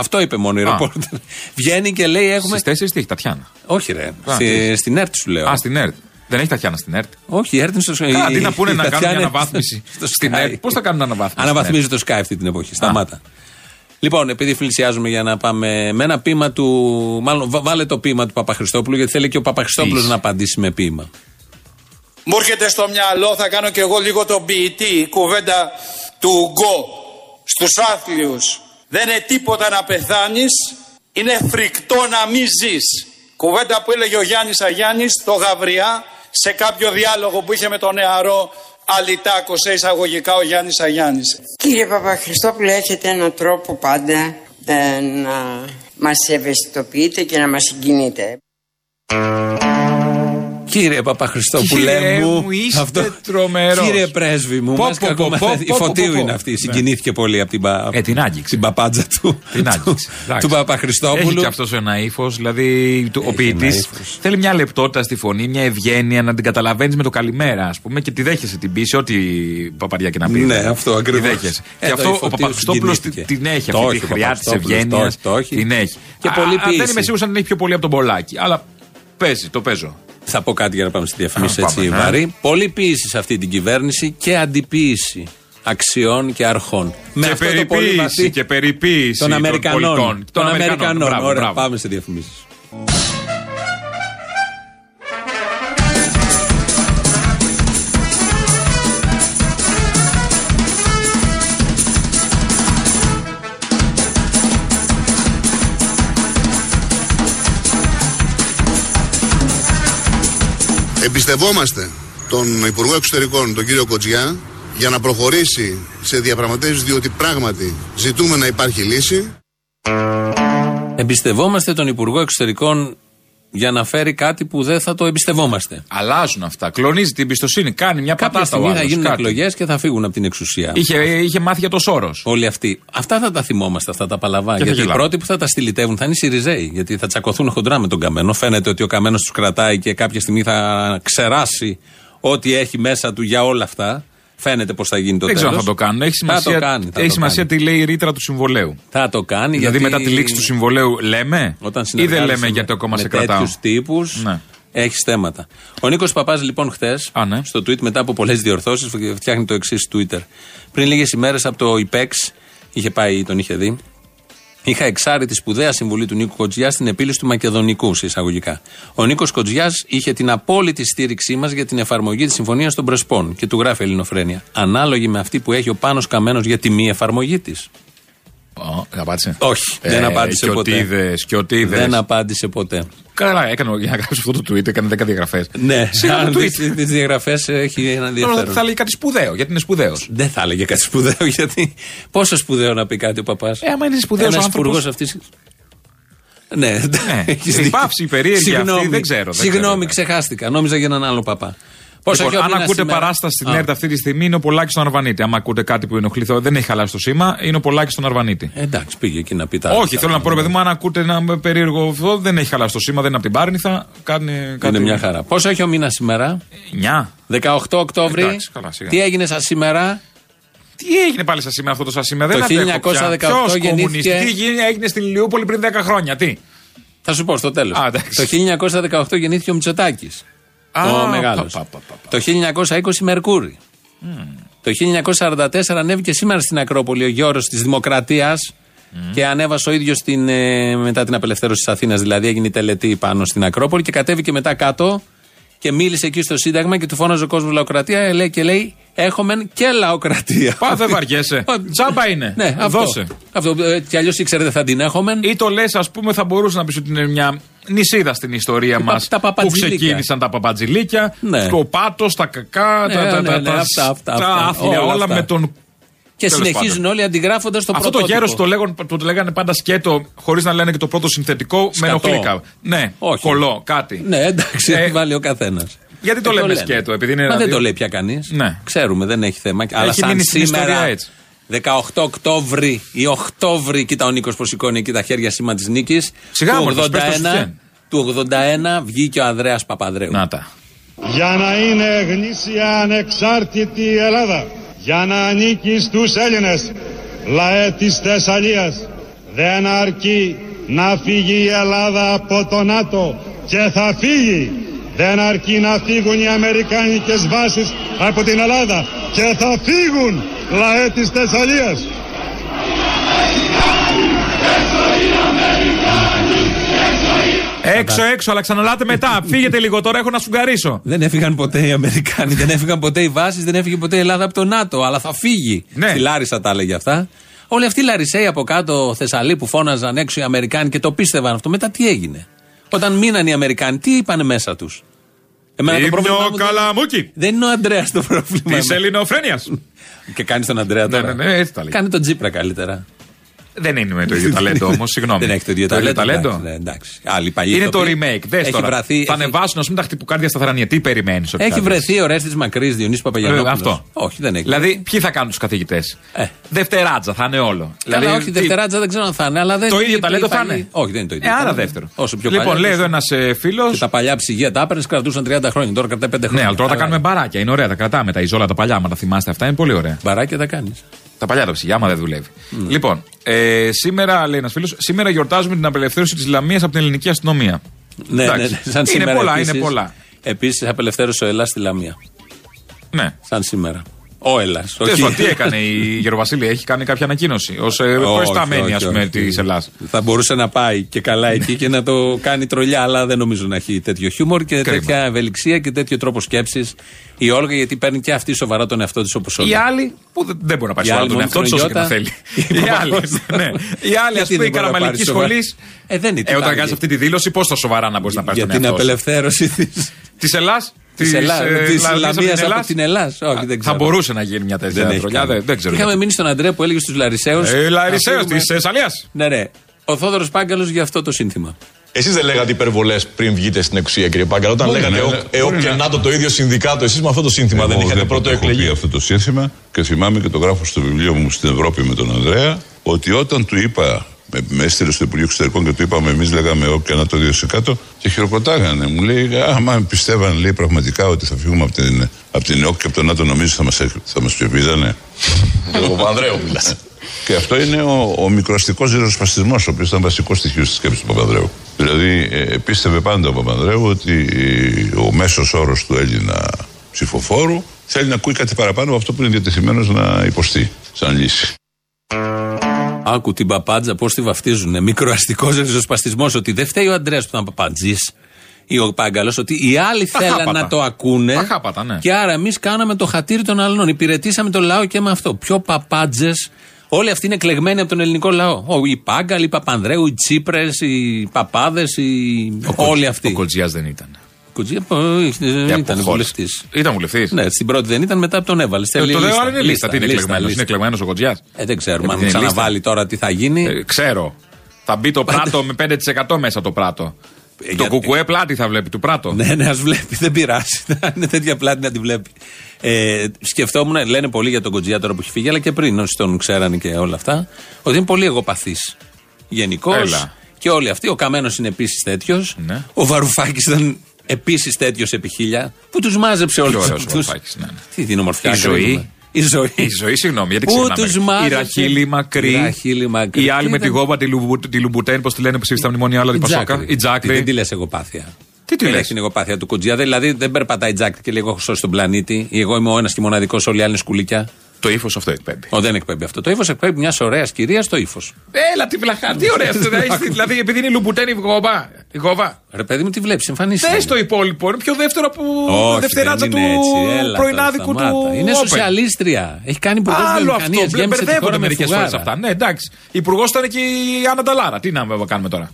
E: Αυτό είπε μόνο η
F: Α.
E: ρεπόρτερ. Βγαίνει και λέει έχουμε.
F: Στις 4 τι έχει, Τατιάνα.
E: Όχι, ρε.
F: Α,
E: Στη-
F: τι.
E: στην ΕΡΤ σου λέω.
F: Α, στην ΕΡΤ. Δεν έχει Τατιάνα στην ΕΡΤ.
E: Όχι, η ΕΡΤ είναι στο
F: Α,
E: η-
F: αντί να
E: (laughs)
F: πούνε
E: η
F: να κάνουν
E: Τατιάνα
F: μια αναβάθμιση
E: στο
F: στην
E: Sky.
F: ΕΡΤ. Πώς θα κάνουν αναβάθμιση ναι.
E: Αναβαθμίζει το Sky αυτή την εποχή. Σταμάτα. Λοιπόν, επειδή φιλησιάζουμε για να πάμε με ένα πείμα του. Μάλλον βα- βάλε το πείμα του Παπαχριστόπουλου, γιατί θέλει και ο Παπαχριστόπουλος
F: Εις.
E: να απαντήσει με πείμα.
I: Μου έρχεται στο μυαλό, θα κάνω και εγώ λίγο τον ποιητή, η κουβέντα του Ουγκό στους άθλιους. Δεν είναι τίποτα να πεθάνεις, είναι φρικτό να μη ζεις. Κουβέντα που έλεγε ο Γιάννης Αγιάννης, το Γαβριά, σε κάποιο διάλογο που είχε με τον νεαρό Αλιτάκο σε εισαγωγικά ο Γιάννης Αγιάννης.
L: Κύριε Παπαχριστόπουλε, έχετε έναν τρόπο πάντα ε, να μας ευαισθητοποιείτε και να μας συγκινείτε.
E: Κύριε Παπαχριστόπουλε
F: Κύριε
E: μου,
F: μου, είστε τρομερός.
E: Κύριε πρέσβη μου,
F: Πω,
E: μας
F: πω, πω,
E: κακομαθα-
F: πω, πω,
E: η
F: πω,
E: Φωτίου
F: πω, πω.
E: είναι αυτή, συγκινήθηκε πολύ από την, πα...
F: Ε, την άγγιξε.
E: την παπάντζα του,
F: Την
E: του,
F: άγγιξε. Εντάξει.
E: του Παπαχριστόπουλου.
F: Έχει και αυτός ένα ύφος. Δηλαδή, του- ο ποιητής
E: ένα ύφος.
F: θέλει μια λεπτότητα στη φωνή, μια ευγένεια, να την καταλαβαίνεις με το καλημέρα, ας πούμε, και τη δέχεσαι την πίση, ό,τι παπαριά και να πει.
E: Ναι,
F: Τη
E: αυτό ακριβώς.
F: δέχεσαι.
E: Ε,
F: και
E: το
F: αυτό ο
E: Ιφωτίου
F: Παπαχριστόπουλο την,
E: συγκινήθηκε.
F: την έχει
E: Το
F: αυτή
E: έχει
F: τη
E: ο
F: χρειά της
E: Παπαχριστόπουλος, το
F: ευγένειας.
E: έχει, το έχει.
F: Την έχει.
E: Και πολύ
F: Α, Δεν
E: ποιήση.
F: είμαι σίγουρος αν την έχει πιο πολύ από τον Πολάκη, αλλά παίζει, το παίζω.
E: Θα πω κάτι για να πάμε στη διαφήμιση
F: Α,
E: έτσι
F: πάμε, ναι.
E: βαρύ. Πολύ ποιήση σε αυτή την κυβέρνηση και αντιποίηση αξιών και αρχών. Με
F: και
E: αυτό το πολύ
F: περιποίηση
E: βαθύ
F: και περιποίηση
E: των Αμερικανών.
F: πολιτών.
E: Των
F: Των, Αμερικανών.
E: Αμερικανών.
F: Μπράβο,
E: Ωραία,
F: μπράβο.
E: πάμε σε διαφημίσεις.
A: Εμπιστευόμαστε τον Υπουργό Εξωτερικών, τον κύριο Κοτζιά, για να προχωρήσει σε διαπραγματεύσεις διότι πράγματι ζητούμε να υπάρχει λύση.
E: Εμπιστευόμαστε τον Υπουργό Εξωτερικών για να φέρει κάτι που δεν θα το εμπιστευόμαστε.
F: Αλλάζουν αυτά. Κλονίζει την εμπιστοσύνη. Κάνει μια
E: Κάποια
F: πατάτα ο
E: στιγμή θα
F: άλλος.
E: γίνουν
F: κάτι.
E: εκλογές και θα φύγουν από την εξουσία.
F: Είχε, είχε μάθει για το Σόρος.
E: Όλοι αυτοί. Αυτά θα τα θυμόμαστε, αυτά τα παλαβά.
F: Και θα
E: γιατί οι
F: γελάμε.
E: πρώτοι που θα τα στυλιτεύουν θα είναι οι Σιριζέοι. Γιατί θα τσακωθούν χοντρά με τον Καμένο. Φαίνεται ότι ο Καμένος τους κρατάει και κάποια στιγμή θα ξεράσει ό,τι έχει μέσα του για όλα αυτά. Φαίνεται πώ θα γίνει το
F: Δεν
E: τέλος.
F: ξέρω αν θα το κάνουν. Έχει σημασία,
E: θα το κάνει. Θα
F: έχει
E: το
F: σημασία
E: κάνει.
F: τι λέει η ρήτρα του συμβολέου.
E: Θα το κάνει.
F: Δηλαδή
E: γιατί
F: μετά τη λήξη του συμβολέου λέμε
E: Όταν
F: ή δεν
E: συνεργάζεσαι
F: λέμε
E: με-
F: γιατί ακόμα
E: με
F: σε κρατάω.
E: τέτοιους τύπους
F: Ναι.
E: Έχεις θέματα. Ο Νίκος Παπάς, λοιπόν, χθες, στο tweet μετά από πολλές διορθώσεις, φτιάχνει το εξής Twitter. Πριν λίγες ημέρες από το IPEX, είχε πάει, τον είχε δει, Είχα εξάρει τη σπουδαία συμβουλή του Νίκου Κοτζιάς στην επίλυση του Μακεδονικού, σε εισαγωγικά. Ο Νίκος Κοτζιάς είχε την απόλυτη στήριξή μας για την εφαρμογή της Συμφωνίας των Πρεσπών και του γράφει Ελληνοφρένια. Ανάλογη με αυτή που έχει ο Πάνος Καμένος για τη μη εφαρμογή της.
F: Oh, απάντησε.
E: Όχι, δεν απάντησε
F: και
E: ποτέ.
F: Ότι είδες, και ότι είδες.
E: Δεν απάντησε ποτέ.
F: Καλά, έκανε για να γράψει αυτό το tweet, έκανε 10 διαγραφές.
E: Ναι,
F: Σίγουρα
E: αν
F: το tweet.
E: δεις τις διαγραφές έχει ένα
F: Νόμιζα
E: ενδιαφέρον.
F: ότι θα λέει κάτι σπουδαίο, γιατί είναι σπουδαίος.
E: Δεν θα έλεγε κάτι σπουδαίο, (laughs) γιατί. Πόσο σπουδαίο να πει κάτι ο παπάς.
F: Ε, άμα είναι σπουδαίος ο
E: Ένα
F: άνθρωπος.
E: υπουργός αυτής. Ναι, έχεις
F: η
E: δίκιο.
F: πάυση, η περίεργη αυτή, δεν ξέρω, δεν
E: συγγνώμη, ξεχάστηκα. Νόμιζα για έναν άλλο παπά. Πόσο
F: Λοιπόν,
E: έχει ο
F: αν
E: μήνας
F: ακούτε
E: σήμερα?
F: παράσταση στην
E: Α,
F: ΕΡΤ αυτή τη στιγμή, είναι ο Πολάκης στον Αρβανίτη. Αν ακούτε κάτι που ενοχλεί, θα- δεν έχει χαλάσει το σήμα, είναι ο Πολάκης στον Αρβανίτη.
E: Ε, Εντάξει, πήγε εκεί να πει τα.
F: Όχι, θέλω να πω, ρε παιδί μου, αν ακούτε ένα περίεργο αυτό, δεν έχει χαλάσει το σήμα, δεν είναι από την Πάρνηθα. Κάνει κάτι.
E: Είναι μια χαρά. Πόσο έχει ο μήνας σήμερα,
F: 9.
E: 18 Οκτώβρη.
F: Εντάξει, καλά, σιγά.
E: Τι έγινε σα σήμερα,
F: Τι έγινε πάλι σα σήμερα αυτό το σα σήμερα,
E: Το
F: δεν αντέχω πια.
E: 1918
F: Ποιος
E: γεννήθηκε-
F: κομμουνιστή, Τι γίνει, έγινε στην Λιούπολη πριν 10 χρόνια, τι.
E: θα σου πω στο τέλος.
F: Α, εντάξει.
E: Το 1918 γεννήθηκε ο Μητσοτάκης.
F: Α,
E: Ο μεγάλος.
F: πα, πα, πα, πα.
E: Το 1920 Μερκούρι. Το 1944 ανέβηκε σήμερα στην Ακρόπολη ο Γιώργο της Δημοκρατίας και ανέβασε ο ίδιος μετά την απελευθέρωση της Αθήνας. Δηλαδή έγινε η τελετή πάνω στην Ακρόπολη και κατέβηκε μετά κάτω και μίλησε εκεί στο Σύνταγμα και του φώναζε ο κόσμος Λαοκρατία ε, λέει, και λέει: Έχομεν και λαοκρατία.
F: Πά, δεν βαριέσαι. Τζάμπα είναι.
E: (laughs) ναι, αυτό.
F: Δώσε.
E: αυτό ε, κι αλλιώς ήξερε δεν θα την έχομεν.
F: Ή το λες, ας πούμε, θα μπορούσε να πεις ότι είναι μια νησίδα στην ιστορία
E: Τα-
F: μας.
E: τα
F: Που
E: παπατζηλίκια.
F: ξεκίνησαν τα παπατζηλίκια,
E: Ναι.
F: το πάτος, τα κακά,
E: Ναι,
F: τα, τα,
E: ναι,
F: τα,
E: ναι,
F: τα-
E: αυτά, αυτά,
F: τα
E: αυτά.
F: άθλια,
E: Όλα
F: όλα,
E: αυτά.
F: με τον.
E: Και
F: τέλος
E: συνεχίζουν
F: πάντων.
E: όλοι αντιγράφοντας το
F: Αυτό το
E: πρωτότυπο.
F: γέρος το, λέγον- το, το λέγανε πάντα σκέτο, χωρίς να λένε και το πρώτο συνθετικό, με
E: Σκατό.
F: ενοχλεί κάπου. Ναι,
E: Όχι.
F: κολλό, κάτι.
E: Ναι, εντάξει,
F: Ε,
E: έχει βάλει ο καθένας.
F: γιατί το λέμε σκέτο, επειδή είναι
E: Μα
F: ένα
E: δεν
F: δύο-
E: το λέει πια κανείς.
F: Ναι.
E: Ξέρουμε, δεν έχει θέμα. Αλλά
F: Έχει
E: σαν
F: μείνει στην
E: σήμερα.
F: ιστορία έτσι.
E: 18 Οκτώβρη ή Οκτώβρη, κοίτα ο Νίκος που σηκώνει εκεί τα χέρια σήμα της νίκης.
F: Σιγά,
E: του
F: μωρέ,
E: 81,
F: πες το στους τυχαίν.
E: του 81 βγήκε ο Ανδρέας Παπαδρέου.
F: Να τα.
M: για να είναι γνήσια ανεξάρτητη η Ελλάδα, για να ανήκει στους Έλληνες, λαέ της Θεσσαλίας. Δεν αρκεί να φύγει η Ελλάδα από το ΝΑΤΟ και θα φύγει. Δεν αρκεί να φύγουν οι Αμερικάνικες βάσεις από την Ελλάδα και θα φύγουν λαέ της Θεσσαλίας.
F: Έξω, έξω, αλλά ξαναλάτε
E: (laughs)
F: μετά. Φύγετε λίγο τώρα, έχω να σουγκαρίσω.
E: Δεν έφυγαν ποτέ οι Αμερικάνοι, δεν έφυγαν ποτέ οι βάσεις, δεν έφυγε ποτέ η Ελλάδα από το ΝΑΤΟ. Αλλά θα φύγει.
F: Ναι.
E: Στη Λάρισα τα έλεγε αυτά. Όλοι αυτοί οι Λαρισαίοι από κάτω, Θεσσαλοί που φώναζαν έξω οι Αμερικάνοι και το πίστευαν αυτό. Μετά τι έγινε. Όταν μείναν οι Αμερικάνοι, τι είπαν μέσα τους.
F: Ήμνο
E: δεν,
F: καλαμούκι
E: δεν είναι ο Αντρέα το πρόβλημα.
F: της Ελληνοφρένειας.
E: Και κάνει τον Αντρέα
F: Ναι,
E: τώρα.
F: ναι, ναι, έτσι τα λέει.
E: Κάνει τον Τζίπρα καλύτερα.
F: Δεν είναι με το
E: (laughs)
F: ίδιο ταλέντο όμως, συγγνώμη.
E: Δεν έχει το ίδιο ταλέντο, εντάξει, ναι, Εντάξει. Άλλοι παλιοί
F: Είναι το
E: ηθοποιοί.
F: remake. Δες
E: Έχει
F: τώρα.
E: βρεθεί-
F: θα
E: έχει-
F: ανεβάσουν, ας πούμε, τα χτυπουκάρια στα θρανία. Τι περιμένεις.
E: Έχει βρεθεί ο Ρέστη Μακρύς Διονύσης Παπαγιανόπουλος.
F: Ε, αυτό.
E: Όχι, δεν έχει. Ε.
F: Δηλαδή, ποιοι θα κάνουν τους καθηγητές. Δευτεράτζα θα είναι όλο.
E: Καλά,
F: δηλαδή,
E: όχι,
F: τι-
E: δευτεράτζα δεν ξέρω αν θα είναι, αλλά δεν
F: Το
E: είναι
F: ίδιο
E: οι
F: ταλέντο θα
E: παλιοί-
F: είναι.
E: Όχι, δεν είναι το ίδιο.
F: Ε, άρα
E: ταλέντο.
F: δεύτερο.
E: Όσο πιο
F: Λοιπόν,
E: παλιά,
F: λέει
E: τόσο-
F: εδώ ένα φίλος.
E: Και τα παλιά ψυγεία τα άπαιρνε κρατούσαν 30 χρόνια, τώρα κρατάει 5 χρόνια.
F: Ναι, αλλά τώρα τα κάνουμε μπαράκια. Είναι ωραία, τα κρατάμε τα ιζόλα τα παλιά. Άμα τα θυμάστε αυτά, είναι πολύ ωραία.
E: Μπαράκια τα κάνεις.
F: Τα παλιά τα ψυγεία, άμα δεν δουλεύει.
E: Ναι.
F: Λοιπόν, ε, σήμερα λέει ένας φίλος, σήμερα γιορτάζουμε την απελευθέρωση της Ισλαμία από την ελληνική αστυνομία.
E: Ναι, ναι,
F: Εντάξει.
E: ναι, σαν
F: είναι
E: σήμερα.
F: πολλά, είναι πολλά.
E: Επίσης, απελευθέρωσε ο Ελλάς στη Λαμία.
F: Ναι.
E: Σαν σήμερα. Ο Ελλά.
F: Τέλος πάντων, τι
E: (laughs)
F: έκανε η Γεροβασίλη, έχει κάνει κάποια ανακοίνωση. Ως προϊσταμένη, ας πούμε, τη Ελλάδα.
E: Θα μπορούσε να πάει και καλά εκεί και να το κάνει τρολιά, αλλά δεν νομίζω να έχει τέτοιο χιούμορ και
F: Κρίμα.
E: τέτοια ευελιξία και τέτοιο τρόπο σκέψης η Όλγα, γιατί παίρνει και αυτή σοβαρά τον εαυτό της όπως όλοι.
F: Οι άλλοι που δεν, δεν μπορεί να πάει
E: Οι
F: σοβαρά
E: άλλοι
F: τον
E: μόνο
F: εαυτό τη
E: τον
F: όσο και
E: Ιώτα. (laughs)
F: να θέλει. Οι άλλοι, ναι. Οι άλλοι, ας
E: Γιατί
F: πούμε,
E: δεν μπορεί
F: η
E: να
F: καραμαλική
E: πάρει σοβαρά.
F: σχολή.
E: Ε, δεν είναι, τι
F: Ε, όταν
E: πάει.
F: κάνεις αυτή τη δήλωση, πώς θα σοβαρά να μπορείς να πάρει
E: Για
F: τον
E: την
F: εαυτό σου.
E: απελευθέρωση
F: (laughs)
E: της
F: Της Ελλάδα.
E: της
F: ε,
E: Ελλά- της Ισλαμίας από την Ελλάς. Όχι, δεν
F: Θα
E: ξέρω.
F: μπορούσε να γίνει μια τέτοια
E: Δεν έχει
F: τρολιά.
E: κάνει.
F: Δεν, δεν ξέρω.
E: Είχαμε μείνει στον Αντρέα που έλεγε στους Λαρισαίους.
F: γιατί. Ε, Λαρισαίο της Θεσσαλίας.
E: Ναι, ναι. Ο Θόδωρος Πάγκαλος για αυτό το σύνθημα.
N: Εσείς δεν λέγατε υπερβολές πριν βγείτε στην εξουσία, κύριε Πάγκαλ. Όταν
O: Μπορεί
N: λέγατε «Ε,
O: να,
N: ΕΟΚ,
O: ναι.
N: ΕΟΚ
O: Μπορεί
N: και
O: να.
N: ΝΑΤΟ το ίδιο συνδικάτο, εσείς με αυτό το σύνθημα δεν είχατε πρώτο εκλεγεί.
O: εκλεγεί αυτό το σύνθημα και θυμάμαι και το γράφω στο βιβλίο μου στην Ευρώπη με τον Ανδρέα ότι όταν του είπα, με, με έστειλε στο Υπουργείο Εξωτερικών και του είπαμε εμείς λέγαμε όποια να το 2% και χειροκροτάγανε. Μου λέει, άμα πιστεύαν λέει, πραγματικά ότι θα φύγουμε από την, από την ΕΟΚ και από τον ΝΑΤΟ, νομίζω θα μας θα μας ψηφίζανε.
N: Ο Ανδρέου μιλάς.
O: Και αυτό είναι ο, ο μικροαστικός ριζοσπαστισμός, ο οποίος ήταν βασικό στοιχείο στη σκέψη του Παπανδρέου. Δηλαδή, ε, πίστευε πάντα ο Παπανδρέου ότι ε, ο μέσος όρος του Έλληνα ψηφοφόρου θέλει να ακούει κάτι παραπάνω από αυτό που είναι διατεθειμένος να υποστεί σαν λύση.
E: Άκου την παπάντζα, πώς τη βαφτίζουν. Μικροαστικός ριζοσπαστισμός. Ότι δεν φταίει ο Αντρέα που ήταν παπάντζης ή ο Πάγκαλος, ότι οι άλλοι
F: Τα
E: θέλαν
F: χάπατα.
E: να το ακούνε.
F: Τα χάπατα, ναι.
E: Και άρα εμείς κάναμε το χατήρι των αλλών. Υπηρετήσαμε τον λαό και με αυτό. Πιο παπάντζες. Όλοι αυτοί είναι κλεγμένοι από τον ελληνικό λαό. Ο, οι Πάγκαλοι, οι Παπανδρέου, οι Τσίπρες, οι Παπάδες, οι... όλοι αυτοί. Ο
F: Κοτζιά δεν ήταν.
E: Κοτζιά, ε,
F: από
E: ήταν
F: χώρες.
E: βουλευτής.
F: Ήταν βουλευτής.
E: Ναι, στην πρώτη δεν ήταν, μετά από τον έβαλε.
F: Ε, το λέω, άρα είναι λίστα. Τι είναι εκλεγμένος, είναι εκλεγμένος ο Κοτζιάς.
E: Ε, δεν ξέρουμε αν
F: Επειδή είναι Ε,
E: ξαναβάλει τώρα τι θα γίνει.
F: ξέρω. Θα μπει το πράτο με 5% μέσα το πράτο. το κουκουέ πλάτη θα βλέπει του πράτο.
E: Ε, (laughs) Ναι, ναι, ας βλέπει, δεν πειράζει. (laughs) Να είναι τέτοια πλάτη να τη βλέπει. Ε, σκεφτόμουν, λένε πολύ για τον Κοντζιά τώρα που έχει φύγει, αλλά και πριν όσοι τον ξέρανε και όλα αυτά, ότι είναι πολύ εγωπαθής. Γενικώς.
F: Έλα.
E: Και όλοι αυτοί. Ο Καμένος είναι επίσης τέτοιος.
F: Ναι.
E: Ο Βαρουφάκης ήταν επίσης τέτοιος επί χίλια, που τους μάζεψε όλους
F: Πιο ωραίος ο
E: αυτού.
F: Βαρουφάκης, ναι, ναι.
E: Τι την ομορφιά
F: Η
E: να κρίνουμε.
F: ζωή.
E: Η ζωή.
F: Η ζωή, συγγνώμη, γιατί
E: Πού
F: ξεχνάμε.
E: τους μάζεψε.
F: Η Ραχίλη
E: Η
F: Μακρύ.
E: Ραχίλη Μακρύ.
F: Η άλλη
E: Τι
F: με τη
E: ήταν?
F: γόμπα, τη, Λουμπου, τη Λουμπουτέν, πώς τη λένε, ψήφισαν τα μνημόνια, άλλα,
E: Η
F: την Πασόκα.
E: Τζάκρη.
F: Η Τζάκρη.
E: Δεν τη Ε, λες εγωπάθεια.
F: Τι τη
E: Δεν
F: λες?
E: έχει την εγωπάθεια του Κουτζιά. Δηλαδή δεν περπατάει τζάκτη και λέει: Εγώ έχω σώσει τον πλανήτη. Ή εγώ είμαι ο ένας και μοναδικός, όλοι οι άλλοι είναι σκουλίκια.
F: Το ύφος αυτό εκπέμπει.
E: Ο, δεν εκπέμπει αυτό. Το ύφος εκπέμπει μιας ωραίας κυρίας το ύφος.
F: Έλα τη βλαχά, τι
E: (laughs)
F: ωραία σου, να είσαι, Δηλαδή, επειδή είναι η Λουμπουτέν η γόμπα. Η γόβα.
E: Ρε παιδί μου, τη βλέπεις, εμφανίσει.
F: Δε το υπόλοιπο. Είναι πιο δεύτερο από
E: Όχι,
F: δευτεράτσα
E: δεν
F: του
E: είναι έτσι. Έλα τώρα,
F: πρωινάδικου του.
E: σταμάτα. Είναι
F: Open.
E: σοσιαλίστρια. Έχει κάνει υπουργός
F: Άλλο αυτό.
E: βιομηχανία.
F: μπλε-
E: Γέμισε τη
F: Μπερδεύονται
E: χώρα με
F: μερικές φορέ
E: φουγάρα.
F: αυτά. Ναι, εντάξει. Υπουργός ήταν και η Άννα Νταλάρα. Τι να κάνουμε τώρα.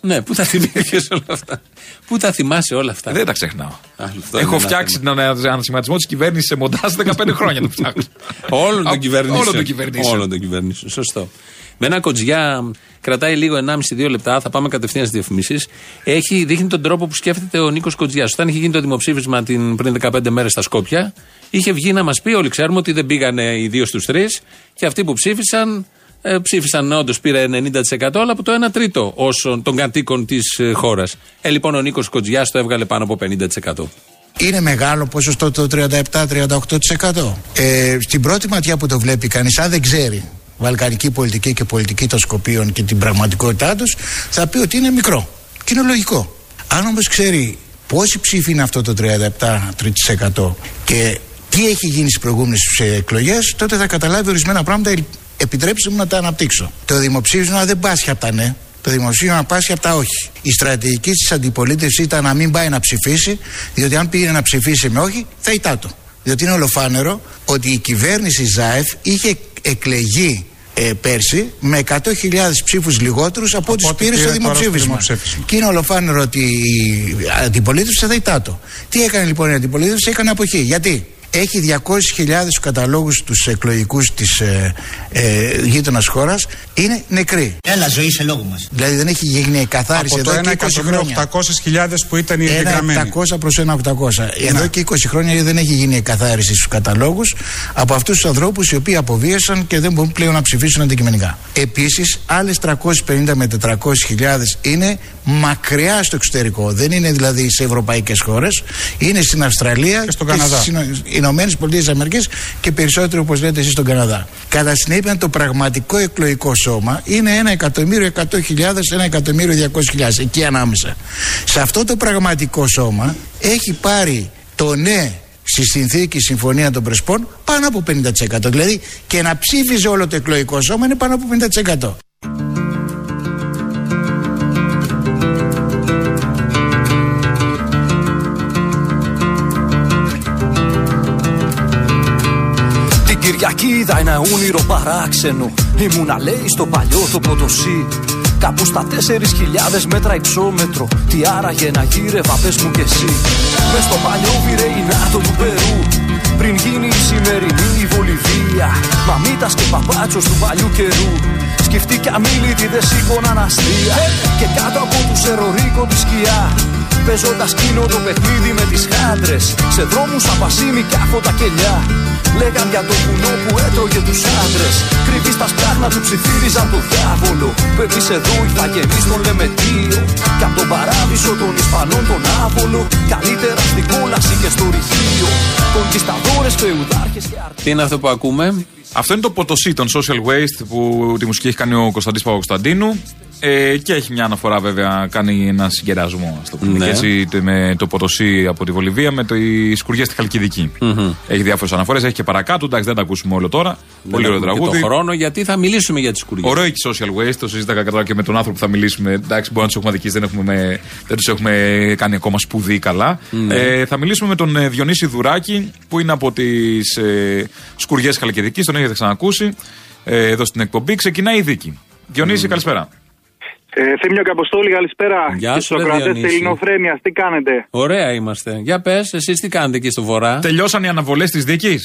E: Ναι, πού τα θυμήθηκες όλα αυτά. Πού τα θυμάσαι όλα αυτά.
F: Δεν τα ξεχνάω.
E: Άλλο αυτό είναι
F: Έχω
E: ένα
F: φτιάξει τον ανα- ανασχηματισμό της κυβέρνησης σε μοντάζ 15 χρόνια
E: (laughs)
F: το ψάχνω.
E: Όλων
F: Α,
E: των κυβερνήσεων.
F: Όλων των κυβερνήσεων.
E: Όλων των κυβερνήσεων. Σωστό. Με ένα κοτζιά μ, κρατάει λίγο 1,5-2 λεπτά. Θα πάμε κατευθείαν στις διαφημίσεις. Δείχνει τον τρόπο που σκέφτεται ο Νίκος Κοτζιά. Όταν είχε γίνει το δημοψήφισμα την, πριν 15 μέρες στα Σκόπια, είχε βγει να μας πει: Όλοι ξέρουμε ότι δεν πήγανε οι δύο στους τρεις και αυτοί που ψήφισαν. Ε, ψήφισαν όντως πήρε 90% αλλά από το 1 τρίτο όσων των κατοίκων της ε, χώρας. Ε, λοιπόν, ο Νίκος Κοτζιάς το έβγαλε πάνω από 50%.
B: Είναι μεγάλο ποσοστό το 37-38%. Ε, στην πρώτη ματιά που το βλέπει κανείς, αν δεν ξέρει βαλκανική πολιτική και πολιτική των Σκοπίων και την πραγματικότητά τους, θα πει ότι είναι μικρό. Και είναι λογικό. Αν όμως ξέρει πόση ψήφοι είναι αυτό το 37-3% και τι έχει γίνει στις προηγούμενες ε, εκλογές, τότε θα καταλάβει ορισμένα πράγματα. Ε, Επιτρέψτε μου να τα αναπτύξω. Το δημοψήφισμα δεν πάσχει από τα ναι. Το δημοψήφισμα πάσχει από τα όχι. Η στρατηγική της αντιπολίτευσης ήταν να μην πάει να ψηφίσει, διότι αν πήγε να ψηφίσει με όχι, θα ητάτο. Διότι είναι ολοφάνερο ότι η κυβέρνηση Ζάεφ είχε εκλεγεί ε, πέρσι με 100.000 ψήφους λιγότερους από ό,τι
K: ό,τι
B: πήρε στο
K: πήρε τώρα στο
B: δημοψήφισμα.
K: δημοψήφισμα.
B: Και είναι ολοφάνερο ότι η αντιπολίτευση θα ητάτο. Τι έκανε λοιπόν η αντιπολίτευση, έκανε αποχή. Γιατί έχει 200.000 καταλόγους τους εκλογικούς της ε, ε, γείτονας χώρας είναι νεκροί.
P: Έλα, ζωή σε λόγο μας.
B: Δηλαδή δεν έχει γίνει η καθάριση
K: Από το
B: εδώ
K: 1
B: και 20 χρόνια.
K: 800.000 που ήταν οι
B: Ένα
K: εγγεγραμμένοι.
B: 700 προς ένα 800. Εδώ και 20 χρόνια δεν έχει γίνει η καθάριση στους καταλόγους από αυτούς τους ανθρώπους οι οποίοι αποβίασαν και δεν μπορούν πλέον να ψηφίσουν αντικειμενικά. Επίσης, άλλες 350 με 400.000 είναι μακριά στο εξωτερικό. Δεν είναι δηλαδή σε ευρωπαϊκές χώρες. Είναι στην Αυστραλία και,
K: στον Καναδά.
B: στις Ηνω- Ηνωμένες Πολιτείες Αμερικής και περισσότερο όπως λέτε εσείς στον Καναδά. Κατά συνέπεια το πραγματικό εκλογικό σώμα είναι 1 εκατομμύριο 100.000, 1 εκατομμύριο 200.000 εκεί ανάμεσα. Σε αυτό το πραγματικό σώμα έχει πάρει το ναι στη συνθήκη Συμφωνία των Πρεσπών πάνω από 50%. Δηλαδή και να ψήφιζε όλο το εκλογικό σώμα είναι πάνω από 50%.
Q: Την Κυριακή είδα ένα όνειρο παράξενο. Ήμουνα λέει στο παλιό το ποτοσί. Κάπου στα 4.000 μέτρα υψόμετρο. Τι άραγε να γύρευα, πες μου κι εσύ. Μες στο παλιό Βιρεϊνάτο του Περού. Πριν γίνει η σημερινή η Βολιβία. Μαμίτα και παπάτσος του παλιού καιρού. Σκεφτεί κι αμήλυτη δεν σήκωναν αστεία. Και κάτω από τους ερωρίκο τη σκιά. Παίζοντας κοινό το παιχνίδι με τις χάντρε. Σε δρόμους απασίμη και άφωτα κελιά. Λέγαν για το βουνό που έτρωγε τους άντρες. Κρυφή στα σπλάχνα του ψιθύριζαν το διάβολο. Πρέπει εδώ η φαγενή στον Λεμετίο. Κι από τον παράδεισο των Ισπανών τον Άβολο. Καλύτερα στην κόλαση και στο ρηχείο. Κονκισταδόρες, φεουδάρχες και
E: Τι είναι αυτό που ακούμε,
F: Αυτό είναι το ποτοσί των social waste που τη μουσική έχει κάνει ο Κωνσταντής Παπακοσταντίνου. Ε, και έχει μια αναφορά βέβαια, κάνει ένα συγκερασμό. Ας το πούμε.
E: Ναι.
F: Και έτσι τε- με το ποτοσί από τη Βολιβία με τι σκουριές στη Χαλκιδική.
E: Μμμ.
F: Έχει διάφορες αναφορές, έχει και παρακάτω. Εντάξει, δεν τα ακούσουμε όλο τώρα. Πολύ ωραίο
E: έχουμε και
F: τραγούδι.
E: το χρόνο γιατί θα μιλήσουμε για τις κουριέ.
F: Ωραίο έχει social waste, το συζήταγα κατά και με τον άνθρωπο που θα μιλήσουμε. Εντάξει, μπορεί να τους έχουμε αδικήσει, δεν, έχουμε, με- δεν τους έχουμε κάνει ακόμα σπουδή καλά.
E: Ναι.
F: Ε, θα μιλήσουμε με τον ε, Διονύση Δουράκη, που είναι από τις ε, Σκουριές Χαλκιδικής, τον έχετε ξανακούσει ε, εδώ στην εκπομπή. Ξεκινάει η δίκη. Διονύση, καλησπέρα.
P: Ε, Θήμιο Καποστόλη, καλησπέρα.
E: Γεια
P: Και
E: σου, ρε
P: ακροατές
E: Διονύση.
P: της Ελληνοφρένειας, τι κάνετε.
E: Ωραία είμαστε. Για πες, εσείς τι κάνετε εκεί στο βορρά.
F: Τελειώσαν οι αναβολές της δίκης.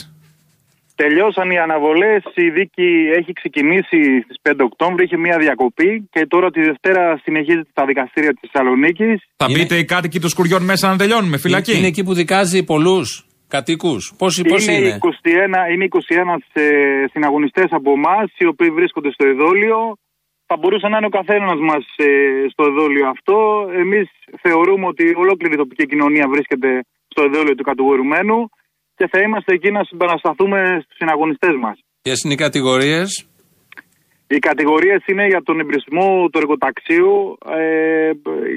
P: Τελειώσαν οι αναβολές, η δίκη έχει ξεκινήσει στις 5 Οκτώβρη, είχε μία διακοπή και τώρα τη Δευτέρα συνεχίζεται στα δικαστήρια της Θεσσαλονίκης.
F: Θα μπείτε οι κάτοικοι των Σκουριών μέσα να τελειώνουμε, φυλακή.
E: Ε, Είναι εκεί που δικάζει πολλούς κατοίκου. Πόσοι, πόσοι
P: είναι,
E: είναι.
P: 21, είναι 21 ε, συναγωνιστές από εμάς, οι οποίοι βρίσκονται στο ειδόλιο. Θα μπορούσε να είναι ο καθένας μας ε, στο ειδόλιο αυτό. Εμείς θεωρούμε ότι ολόκληρη η τοπική κοινωνία βρίσκεται στο ειδόλιο του κατηγορουμένου και θα είμαστε εκεί να συμπανασταθούμε στους συναγωνιστές μας.
E: Ποιες είναι οι κατηγορίες.
P: Οι κατηγορίες είναι για τον εμπρισμό του εργοταξίου. Ε,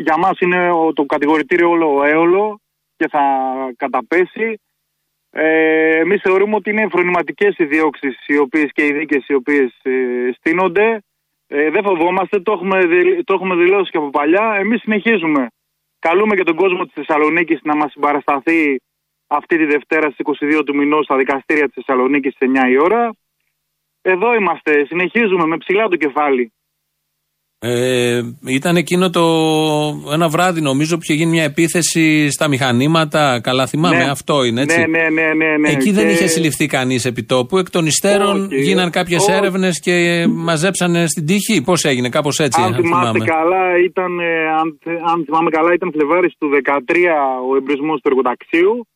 P: για μας είναι ο- το κατηγορητήριο όλο έολο και θα καταπέσει. Ε, Εμείς θεωρούμε ότι είναι φρονηματικές οι διώξεις οι οποίες και οι δίκες οι οποίες στείνονται. Ε, δεν φοβόμαστε, το έχουμε, δηλ- το έχουμε δηλώσει και από παλιά. Εμείς συνεχίζουμε. Καλούμε και τον κόσμο της Θεσσαλονίκης να μας συμπαρασταθεί αυτή τη Δευτέρα στις 22 του μηνός στα δικαστήρια της Θεσσαλονίκης στι 9 η ώρα. Εδώ είμαστε, συνεχίζουμε με ψηλά το κεφάλι.
E: Ε, ήταν εκείνο το ένα βράδυ νομίζω που είχε γίνει μια επίθεση στα μηχανήματα. Καλά θυμάμαι,
P: Ναι.
E: αυτό είναι έτσι.
P: Ναι, ναι, ναι, ναι, ναι.
E: Εκεί δεν
P: Και-
E: είχε συλληφθεί κανείς επί τόπου. Εκ των υστέρων
P: Όχι.
E: γίναν κάποιες
P: Όχι.
E: έρευνες και μαζέψανε στην τύχη. Πώς έγινε, κάπως έτσι.
P: αν θυμάστε καλά, ήταν, ε, αν, θε- αν θυμάμαι καλά, ήταν Φλεβάρης του 13 ο εμπρισμός του εργοταξίου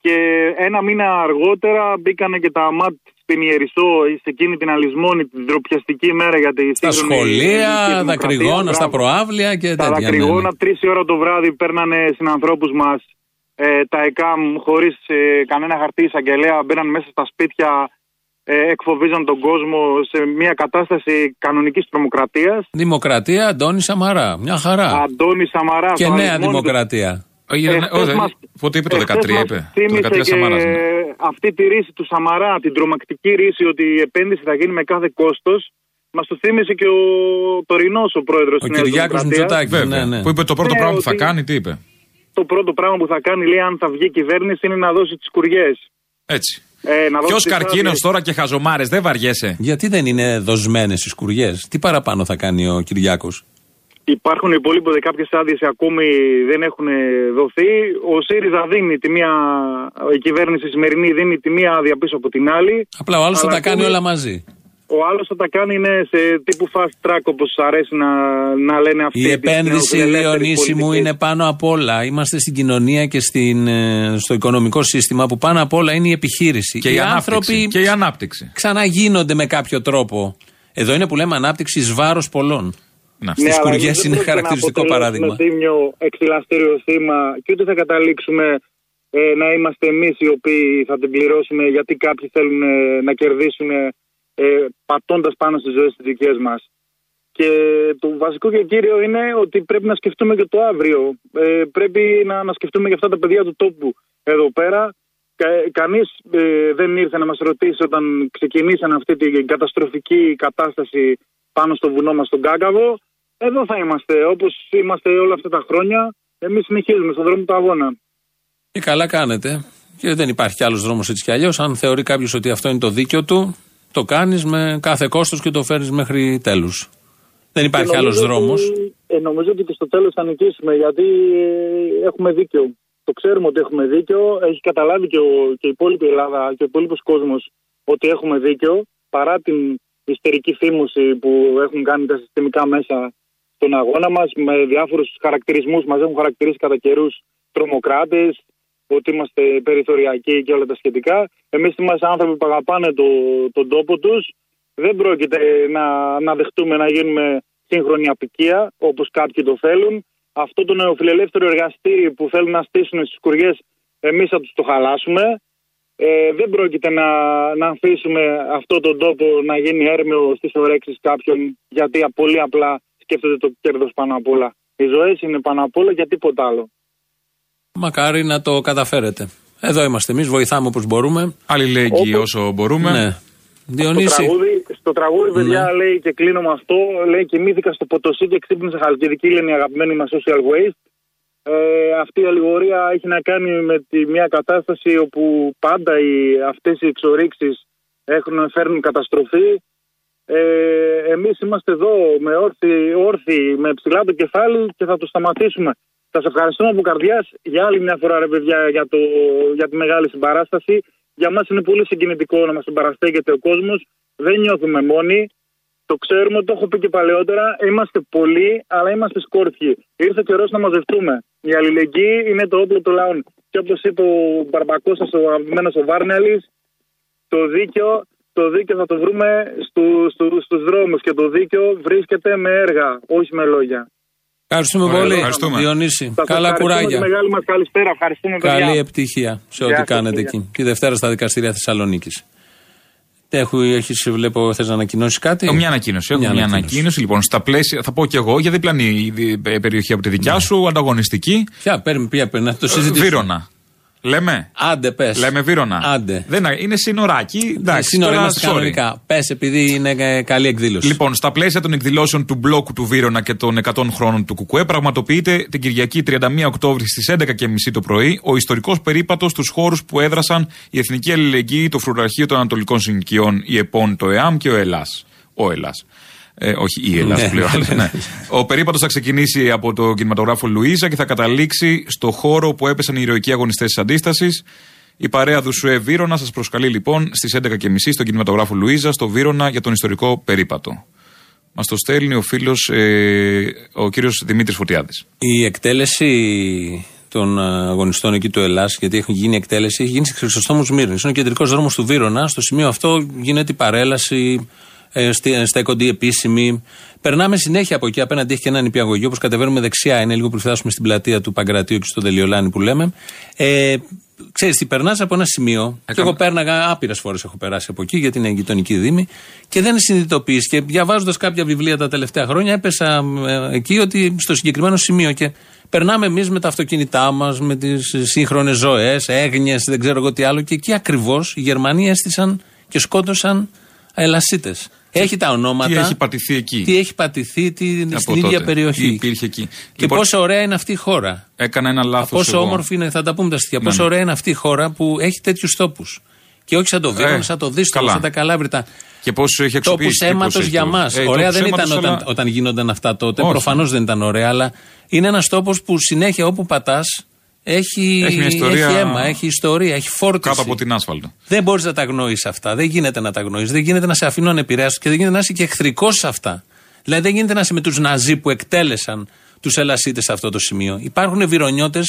P: και ένα μήνα αργότερα μπήκανε και τα μάτια της Πινιερισό σε εκείνη την αλυσμόνη, την ντροπιαστική μέρα για τη
E: Στα
P: σύγχρονη ελληνική
E: σχολεία,
P: δημοκρατία.
E: δακρυγόνα, στα
P: Μπράβο.
E: προάβλια και
P: Τα
E: τέτοια. ναι, ναι.
P: δακρυγόνα, τρει ώρα το βράδυ παίρνανε συνανθρώπους μας ε, τα ΕΚΑΜ χωρίς ε, κανένα χαρτί εισαγγελέα. Μπαίναν μέσα στα σπίτια, ε, εκφοβίζαν τον κόσμο σε μια κατάσταση κανονικής τρομοκρατίας.
E: Δημοκρατία, Αντώνη Σαμαρά. Μια χαρά.
P: Αντώνη Σαμαρά.
E: Και
P: στον
E: νέα
P: αριθμό του-
E: δημοκρατία.
F: Όχι, δεν-
P: Εχθές
F: Ε, όχι, δεν-
P: Ε, μας-
F: Πότε είπε το
P: εχθές
F: 13,
P: μας
F: είπε. Το
P: θύμισε
F: 13
P: και
F: Σαμάρα.
P: Αυτή τη ρίση του Σαμαρά, την τρομακτική ρίση ότι η επένδυση θα γίνει με κάθε κόστος, μας το θύμισε και ο τωρινός ο πρόεδρος της Νέας
E: Κυριάκος Μητσοτάκης, Βέβαια, ναι, ναι.
F: Ε, Που είπε το πρώτο
P: Ναι,
F: πράγμα που θα
P: ότι-
F: κάνει, τι είπε.
P: το πρώτο πράγμα που θα κάνει, λέει, αν θα βγει η κυβέρνηση, είναι να δώσει τις κουριές.
F: Έτσι.
P: Ε, να δώσει
F: Ποιος
P: τις
F: καρκίνος
P: άδειες.
F: τώρα και χαζομάρες, δεν βαριέσαι.
E: Γιατί δεν είναι δοσμένες οι σκουριέ, τι παραπάνω θα κάνει ο Κυριάκος.
P: Υπάρχουν υπόλοιποι κάποιες άδειες ακόμη δεν έχουν ε, δοθεί. Ο ΣΥΡΙΖΑ δίνει τη μία, η κυβέρνηση σημερινή δίνει τη μία άδεια πίσω από την άλλη.
E: Απλά ο άλλος θα
P: Αλλά
E: τα κάνει
P: ακόμη-
E: όλα μαζί.
P: Ο άλλος θα τα κάνει ναι, σε τύπου fast track όπως αρέσει να, να λένε αυτοί.
E: Η
P: επισημένως
E: επένδυση,
P: ελεύθερη
E: Λεωνίση μου,
P: πολιτική.
E: είναι πάνω απ' όλα. Είμαστε στην κοινωνία και στην, ε, στο οικονομικό σύστημα που πάνω απ' όλα είναι η επιχείρηση.
F: Και
E: Οι
F: η,
E: άνθρωποι
F: ανάπτυξη, και η ανάπτυξη.
E: ξαναγίνονται με κάποιο τρόπο. Εδώ είναι που λέμε ανάπτυξη εις βάρος πολλών. Στι
P: Ναι, αλλά
E: σκουριέ
P: εμείς δεν
E: είναι
P: πρόκειται να
E: χαρακτηριστικό
P: αποτελέσουμε
E: παράδειγμα.
P: τίμιο εξυλαστήριο θύμα και ούτε θα καταλήξουμε ε, να είμαστε εμείς οι οποίοι θα την πληρώσουμε γιατί κάποιοι θέλουν ε, να κερδίσουν ε, πατώντας πάνω στις ζωές τις δικές μας. Και το βασικό και κύριο είναι ότι πρέπει να σκεφτούμε και το αύριο. Ε, πρέπει να, να σκεφτούμε και αυτά τα παιδιά του τόπου εδώ πέρα. Κα, κανείς ε, δεν ήρθε να μας ρωτήσει όταν ξεκινήσαν αυτή την καταστροφική κατάσταση πάνω στο βουνό μας στον Κάκαβο. Εδώ θα είμαστε, όπως είμαστε όλα αυτά τα χρόνια. Εμείς συνεχίζουμε στον δρόμο του αγώνα.
E: Και Ε, καλά κάνετε. Και δεν υπάρχει κι άλλος δρόμος έτσι κι αλλιώς. Αν θεωρεί κάποιος ότι αυτό είναι το δίκιο του, το κάνεις με κάθε κόστος και το φέρνεις μέχρι τέλους. Δεν υπάρχει
P: Και
E: άλλος
P: νομίζω
E: δρόμος.
P: ότι- Ε, νομίζω ότι και στο τέλος θα νικήσουμε, γιατί ε, έχουμε δίκιο. Το ξέρουμε ότι έχουμε δίκιο. Έχει καταλάβει και, ο, και η υπόλοιπη Ελλάδα και ο υπόλοιπος κόσμος ότι έχουμε δίκιο, παρά την ιστερική θύμωση που έχουν κάνει τα συστημικά μέσα στον αγώνα μας, με διάφορους χαρακτηρισμούς. Μας έχουν χαρακτηρίσει κατά καιρούς τρομοκράτες, ότι είμαστε περιθωριακοί και όλα τα σχετικά. Εμείς είμαστε άνθρωποι που αγαπάνε το, τον τόπο τους. Δεν πρόκειται να, να δεχτούμε να γίνουμε σύγχρονη απικία, όπως κάποιοι το θέλουν. Αυτό το νεοφιλελεύθερο εργαστήρι που θέλουν να στήσουν στις κουριές, εμείς θα τους το χαλάσουμε. Ε, δεν πρόκειται να, να αφήσουμε αυτόν τον τόπο να γίνει έρμεο στις ορέξει κάποιων, γιατί πολύ απλά σκέφτονται το κέρδος πάνω απ' όλα. Οι ζωές είναι πάνω απ' όλα για τίποτα άλλο.
E: Μακάρι να το καταφέρετε. Εδώ είμαστε εμείς, βοηθάμε όπως μπορούμε.
F: Αλληλέγγυοι όσο μπορούμε.
E: Ναι.
P: Στο
E: Διονύση.
P: τραγούδι, στο τραγούδι παιδιά,
E: Ναι.
P: λέει και κλείνω με αυτό. Λέει κοιμήθηκα στο Ποτοσί και ξύπνησα χαλκιδική, λένε οι αγαπημένοι μας social waste. Ε, αυτή η αλληγορία έχει να κάνει με τη, μια κατάσταση όπου πάντα οι, αυτές οι εξορίξεις έχουν, φέρνουν καταστροφή. Ε, εμείς είμαστε εδώ με όρθιοι, όρθιοι, με ψηλά το κεφάλι και θα το σταματήσουμε. Θα σε ευχαριστούμε από καρδιάς για άλλη μια φορά ρε παιδιά για, το, για τη μεγάλη συμπαράσταση. Για μας είναι πολύ συγκινητικό να μας συμπαραστέκεται ο κόσμος. Δεν νιώθουμε μόνοι. Το ξέρουμε, το έχω πει και παλαιότερα. Είμαστε πολλοί, αλλά είμαστε σκόρπιοι. Ήρθε ο καιρός να μαζευτούμε. Η αλληλεγγύη είναι το όπλο του λαού. Και όπως είπε ο Μπαρμπακός, ο αγαπημένο ο Βάρνελη, το δίκαιο, το δίκαιο θα το βρούμε στου, στου, στους δρόμους και το δίκαιο βρίσκεται με έργα, όχι με λόγια.
E: Ευχαριστούμε
P: Ωραία,
E: πολύ,
P: ευχαριστούμε.
E: Διονύση.
P: Θα σας
E: Καλά
P: ευχαριστούμε
E: κουράγια.
P: τη Μεγάλη μας καλησπέρα. Ευχαριστούμε
E: Καλή
P: παιδιά.
E: επιτυχία σε
P: Γεια
E: ό,τι
P: σας,
E: κάνετε
P: παιδιά.
E: εκεί. Τη Δευτέρα στα δικαστήρια Θεσσαλονίκης. Έχεις, βλέπω, θες να ανακοινώσεις κάτι.
F: Ε, Μια ανακοίνωση. Έχω μια, ανακοίνωση. Λοιπόν, στα πλαίσια, θα πω κι εγώ για διπλανή δι- ε, περιοχή από τη δικιά σου, ανταγωνιστική.
E: Ποια παίρνει, ποια παίρνει, να Ναι. το συζητήσουμε.
F: Βύρονα. Λέμε.
E: Άντε, πες.
F: Λέμε Βύρονα.
E: Άντε.
F: Δεν, είναι σύνοράκι. Εντάξει,
E: Σύνορα
F: τώρα,
E: είμαστε
F: sorry.
E: κανονικά. Πες, επειδή είναι ε, καλή εκδήλωση.
F: Λοιπόν, στα πλαίσια των εκδηλώσεων του μπλόκου του Βύρονα και των 100 χρόνων του Κουκουέ, πραγματοποιείται την Κυριακή 31 Οκτώβρη στις 11.30 το πρωί ο ιστορικός περίπατος στους χώρους που έδρασαν η Εθνική Αλληλεγγύη, το Φρουραρχείο των Ανατολικών Συνοικιών, η ΕΠΟΝ, το ΕΑΜ και ο ΕΛΑ. Ο ΕΛΑΣ. Ε, όχι, η Ελλάδα
E: Ναι.
F: πλέον. (laughs) ναι. Ο περίπατος θα ξεκινήσει από τον κινηματογράφο Λουίζα και θα καταλήξει στο χώρο που έπεσαν οι ηρωικοί αγωνιστές της αντίστασης. Η παρέα Δουσουέ Βύρονα σας προσκαλεί λοιπόν στις 11.30 στον κινηματογράφο Λουίζα στο Βύρονα για τον ιστορικό περίπατο. Μας το στέλνει ο φίλος ε, ο κύριος Δημήτρης Φωτιάδης.
E: Η εκτέλεση των α, αγωνιστών εκεί του Ελλάς, γιατί έχει γίνει εκτέλεση, έχει γίνει σε Χρυσοστόμους Μύρνης. Είναι ο κεντρικός δρόμος του Βύρονα. Στο σημείο αυτό γίνεται η παρέλαση, ε, στη- στέκονται οι επίσημοι. Περνάμε συνέχεια από εκεί. Απέναντι έχει και ένα νηπιαγωγείο. Όπως κατεβαίνουμε δεξιά, είναι λίγο πριν φτάσουμε στην πλατεία του Παγκρατίου και στο Δελιολάνη που λέμε. Ε, Ξέρεις τι, περνάς από ένα σημείο. Και εγώ πέρναγα άπειρες φορές έχω περάσει από εκεί, γιατί είναι γειτονική δήμη. Και δεν συνειδητοποιείς. Και διαβάζοντας κάποια βιβλία τα τελευταία χρόνια, έπεσα ε, εκεί ότι στο συγκεκριμένο σημείο. Και περνάμε εμείς με τα αυτοκίνητά μας, με τις σύγχρονες ζωές, έγνοιες, δεν ξέρω εγώ τι άλλο. Και εκεί ακριβώς οι Γερμανοί έστησαν και σκότωσαν Ελασίτες. Έχει τα ονόματα.
F: Τι έχει πατηθεί εκεί.
E: Τι έχει πατηθεί τι,
F: Από
E: στην ίδια
F: τότε.
E: περιοχή.
F: Τι υπήρχε εκεί. Λοιπόν-
E: Και πόσο ωραία είναι αυτή η χώρα.
F: Έκανα ένα λάθος.
E: Πόσο όμορφη είναι, θα τα πούμε τα στοιχεία.
F: Ναι,
E: πόσο
F: ναι.
E: ωραία είναι αυτή η χώρα που έχει τέτοιους τόπους. Και όχι σαν το Βίρον,
F: Ε,
E: σαν το Δίστολο,
F: καλά.
E: σαν τα Καλάβρητα.
F: Και πόσο έχει
E: Τόπους
F: αξιοποιήσει. τύπος
E: αίματο
F: έχει
E: για
F: το-
E: μας.
F: Ε,
E: ωραία
F: τόπους
E: δεν ήταν
F: αίματος,
E: όταν,
F: αλλά-
E: όταν γινόταν αυτά τότε.
F: Όχι.
E: Προφανώς δεν ήταν ωραία, αλλά είναι ένας τόπος που συνέχεια όπου πατάς έχει,
F: Έχει μια ιστορία-
E: έχει αίμα, έχει ιστορία, έχει φόρτιση.
F: Κάτω από την άσφαλτο.
E: Δεν μπορείς να τα γνωρίσει αυτά. Δεν γίνεται να τα γνωρίσει. Δεν γίνεται να σε αφήνω ανεπηρέαστο και δεν γίνεται να είσαι και εχθρικός σε αυτά. Δηλαδή δεν γίνεται να είσαι με τους Ναζί που εκτέλεσαν τους Ελασίτες σε αυτό το σημείο. Υπάρχουν βυρονιώτες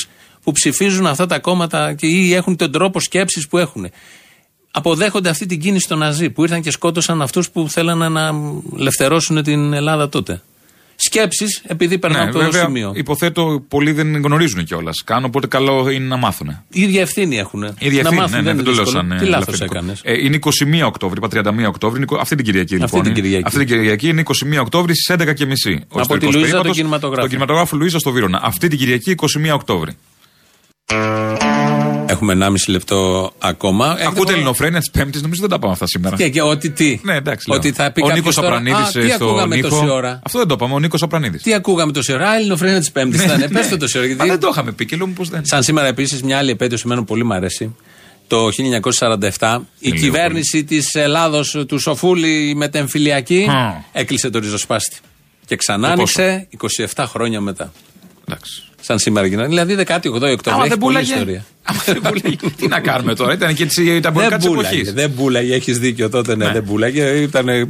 E: που ψηφίζουν αυτά τα κόμματα και ή έχουν τον τρόπο σκέψης που έχουν. Αποδέχονται αυτή την κίνηση των Ναζί που ήρθαν και σκότωσαν αυτούς που θέλανε να ελευθερώσουν την Ελλάδα τότε. Σκέψεις επειδή περνάω
F: Ναι,
E: από το
F: βέβαια,
E: σημείο.
F: υποθέτω πολλοί δεν γνωρίζουν κιόλας. Κάνω, οπότε καλό είναι να μάθουν.
E: Η ίδια ευθύνη έχουν. Η
F: ίδια ευθύνη,
E: να μάθουν,
F: ναι, ναι,
E: δεν,
F: δεν το
E: είναι
F: λέω
E: δύσκολο.
F: σαν, ε,
E: Τι λάθος
F: ελαφρυντικό.
E: έκανες.
F: Ε, είναι 21 Οκτώβρη, είπα 31 Οκτώβρη, είναι 20 αυτή την Κυριακή λοιπόν.
E: την
F: είναι.
E: Κυριακή.
F: Αυτή την Κυριακή είναι 21 Οκτώβρη στις 11.30.
E: Από τη Λουίζα τον κινηματογράφο.
F: Τον κινηματογράφο Λουίζα στο Βύρονα. Αυτή την Κυριακή 21 Οκτώβρη.
E: Έχουμε 1,5 λεπτό ακόμα.
F: Ε, Ακούτε ελληνοφρένια της Πέμπτης, νομίζω δεν τα πάμε αυτά σήμερα.
E: Ε, Τι, και ότι τι.
F: Ναι, εντάξει,
E: Ότι
F: λέω.
E: θα πει
F: ο
E: κάποιος
F: Νίκος
E: τώρα, «Α, τι
F: Απρανίδη στο
E: ακούγαμε τόση
F: Νίκο.
E: ώρα».
F: Αυτό δεν το είπαμε, ο Νίκος Απρανίδη.
E: Τι ακούγαμε τόση ώρα. Α, Ελληνοφρένια της Πέμπτης ήταν. Ναι. Πες το τόση ώρα. Γιατί...
F: δεν το είχαμε πει και λέω μου πως δεν.
E: Σαν σήμερα επίσης μια άλλη επέτειος εμένα που πολύ μου αρέσει. Το 1947 η
F: λίγο
E: κυβέρνηση της Ελλάδος του Σοφούλη η μετεμφυλιακή
F: Α.
E: έκλεισε το ριζοσπάστη. Και ξανά
F: Και
E: άνοιξε 27 χρόνια μετά.
F: Εντάξει.
E: Σαν σήμερα γίνανε. Δηλαδή 18 Οκτωβρίου.
F: Άμα
E: Έχει πολλή
F: δεν πουλάγε.
E: ιστορία.
F: (laughs) άμα δεν πουλάγε, Τι να κάνουμε τώρα, ήταν και έτσι τα εμπορικά
E: Δεν
F: τη
E: πουλάγε.
F: εποχής.
E: Δεν πουλάγε, έχεις δίκιο τότε, ναι, δεν πουλάγε. Ήτανε...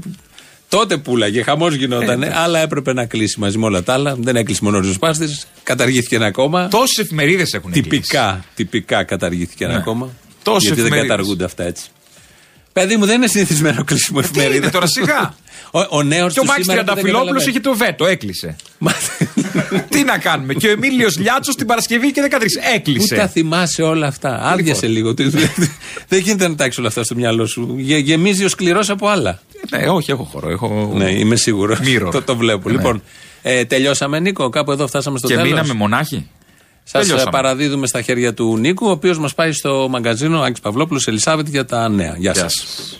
E: Τότε πουλάγε, χαμό γινόταν,
F: Ε, ναι.
E: αλλά έπρεπε να κλείσει μαζί με όλα τα άλλα. Δεν έκλεισε μόνο ο ριζοσπάστη, καταργήθηκε ένα κόμμα.
F: Τόσες εφημερίδες έχουν
E: Τυπικά, τυπικά καταργήθηκε ένα
F: Ναι.
E: κόμμα.
F: Τόσες
E: γιατί δεν
F: εφημερίδες.
E: καταργούνται αυτά έτσι. Παιδί μου, δεν είναι συνηθισμένο κλείσιμο εφημερίδα.
F: Ε, είναι τώρα, σιγά.
E: Ο, ο νέος
F: Και ο Μάκη Τριανταφυλόπουλο είχε το βέτο, έκλεισε. Τι να κάνουμε. Και ο Εμίλιος Λιάτσος την Παρασκευή και 13.
E: Πού τα
F: Έκλεισε.
E: θυμάσαι όλα αυτά. Άδειασε λίγο.
F: Λοιπόν.
E: Τι- (laughs) δεν γίνεται να τάξει όλα αυτά στο μυαλό σου. Γε- γεμίζει ο σκληρός από άλλα.
F: Ναι, όχι, έχω χώρο. Έχω...
E: Ναι, είμαι σίγουρος.
F: Mirror.
E: το, το βλέπω.
F: Ναι.
E: Λοιπόν, ε, τελειώσαμε, Νίκο. Κάπου εδώ φτάσαμε στο
F: Και
E: τέλος.
F: μείναμε μονάχοι.
E: Σας
F: Τελειώσαμε.
E: παραδίδουμε στα χέρια του Νίκου, ο οποίος μας πάει στο μαγκαζίνο Άκης Παυλόπουλος Ελισάβετ για τα νέα. Γεια, σας.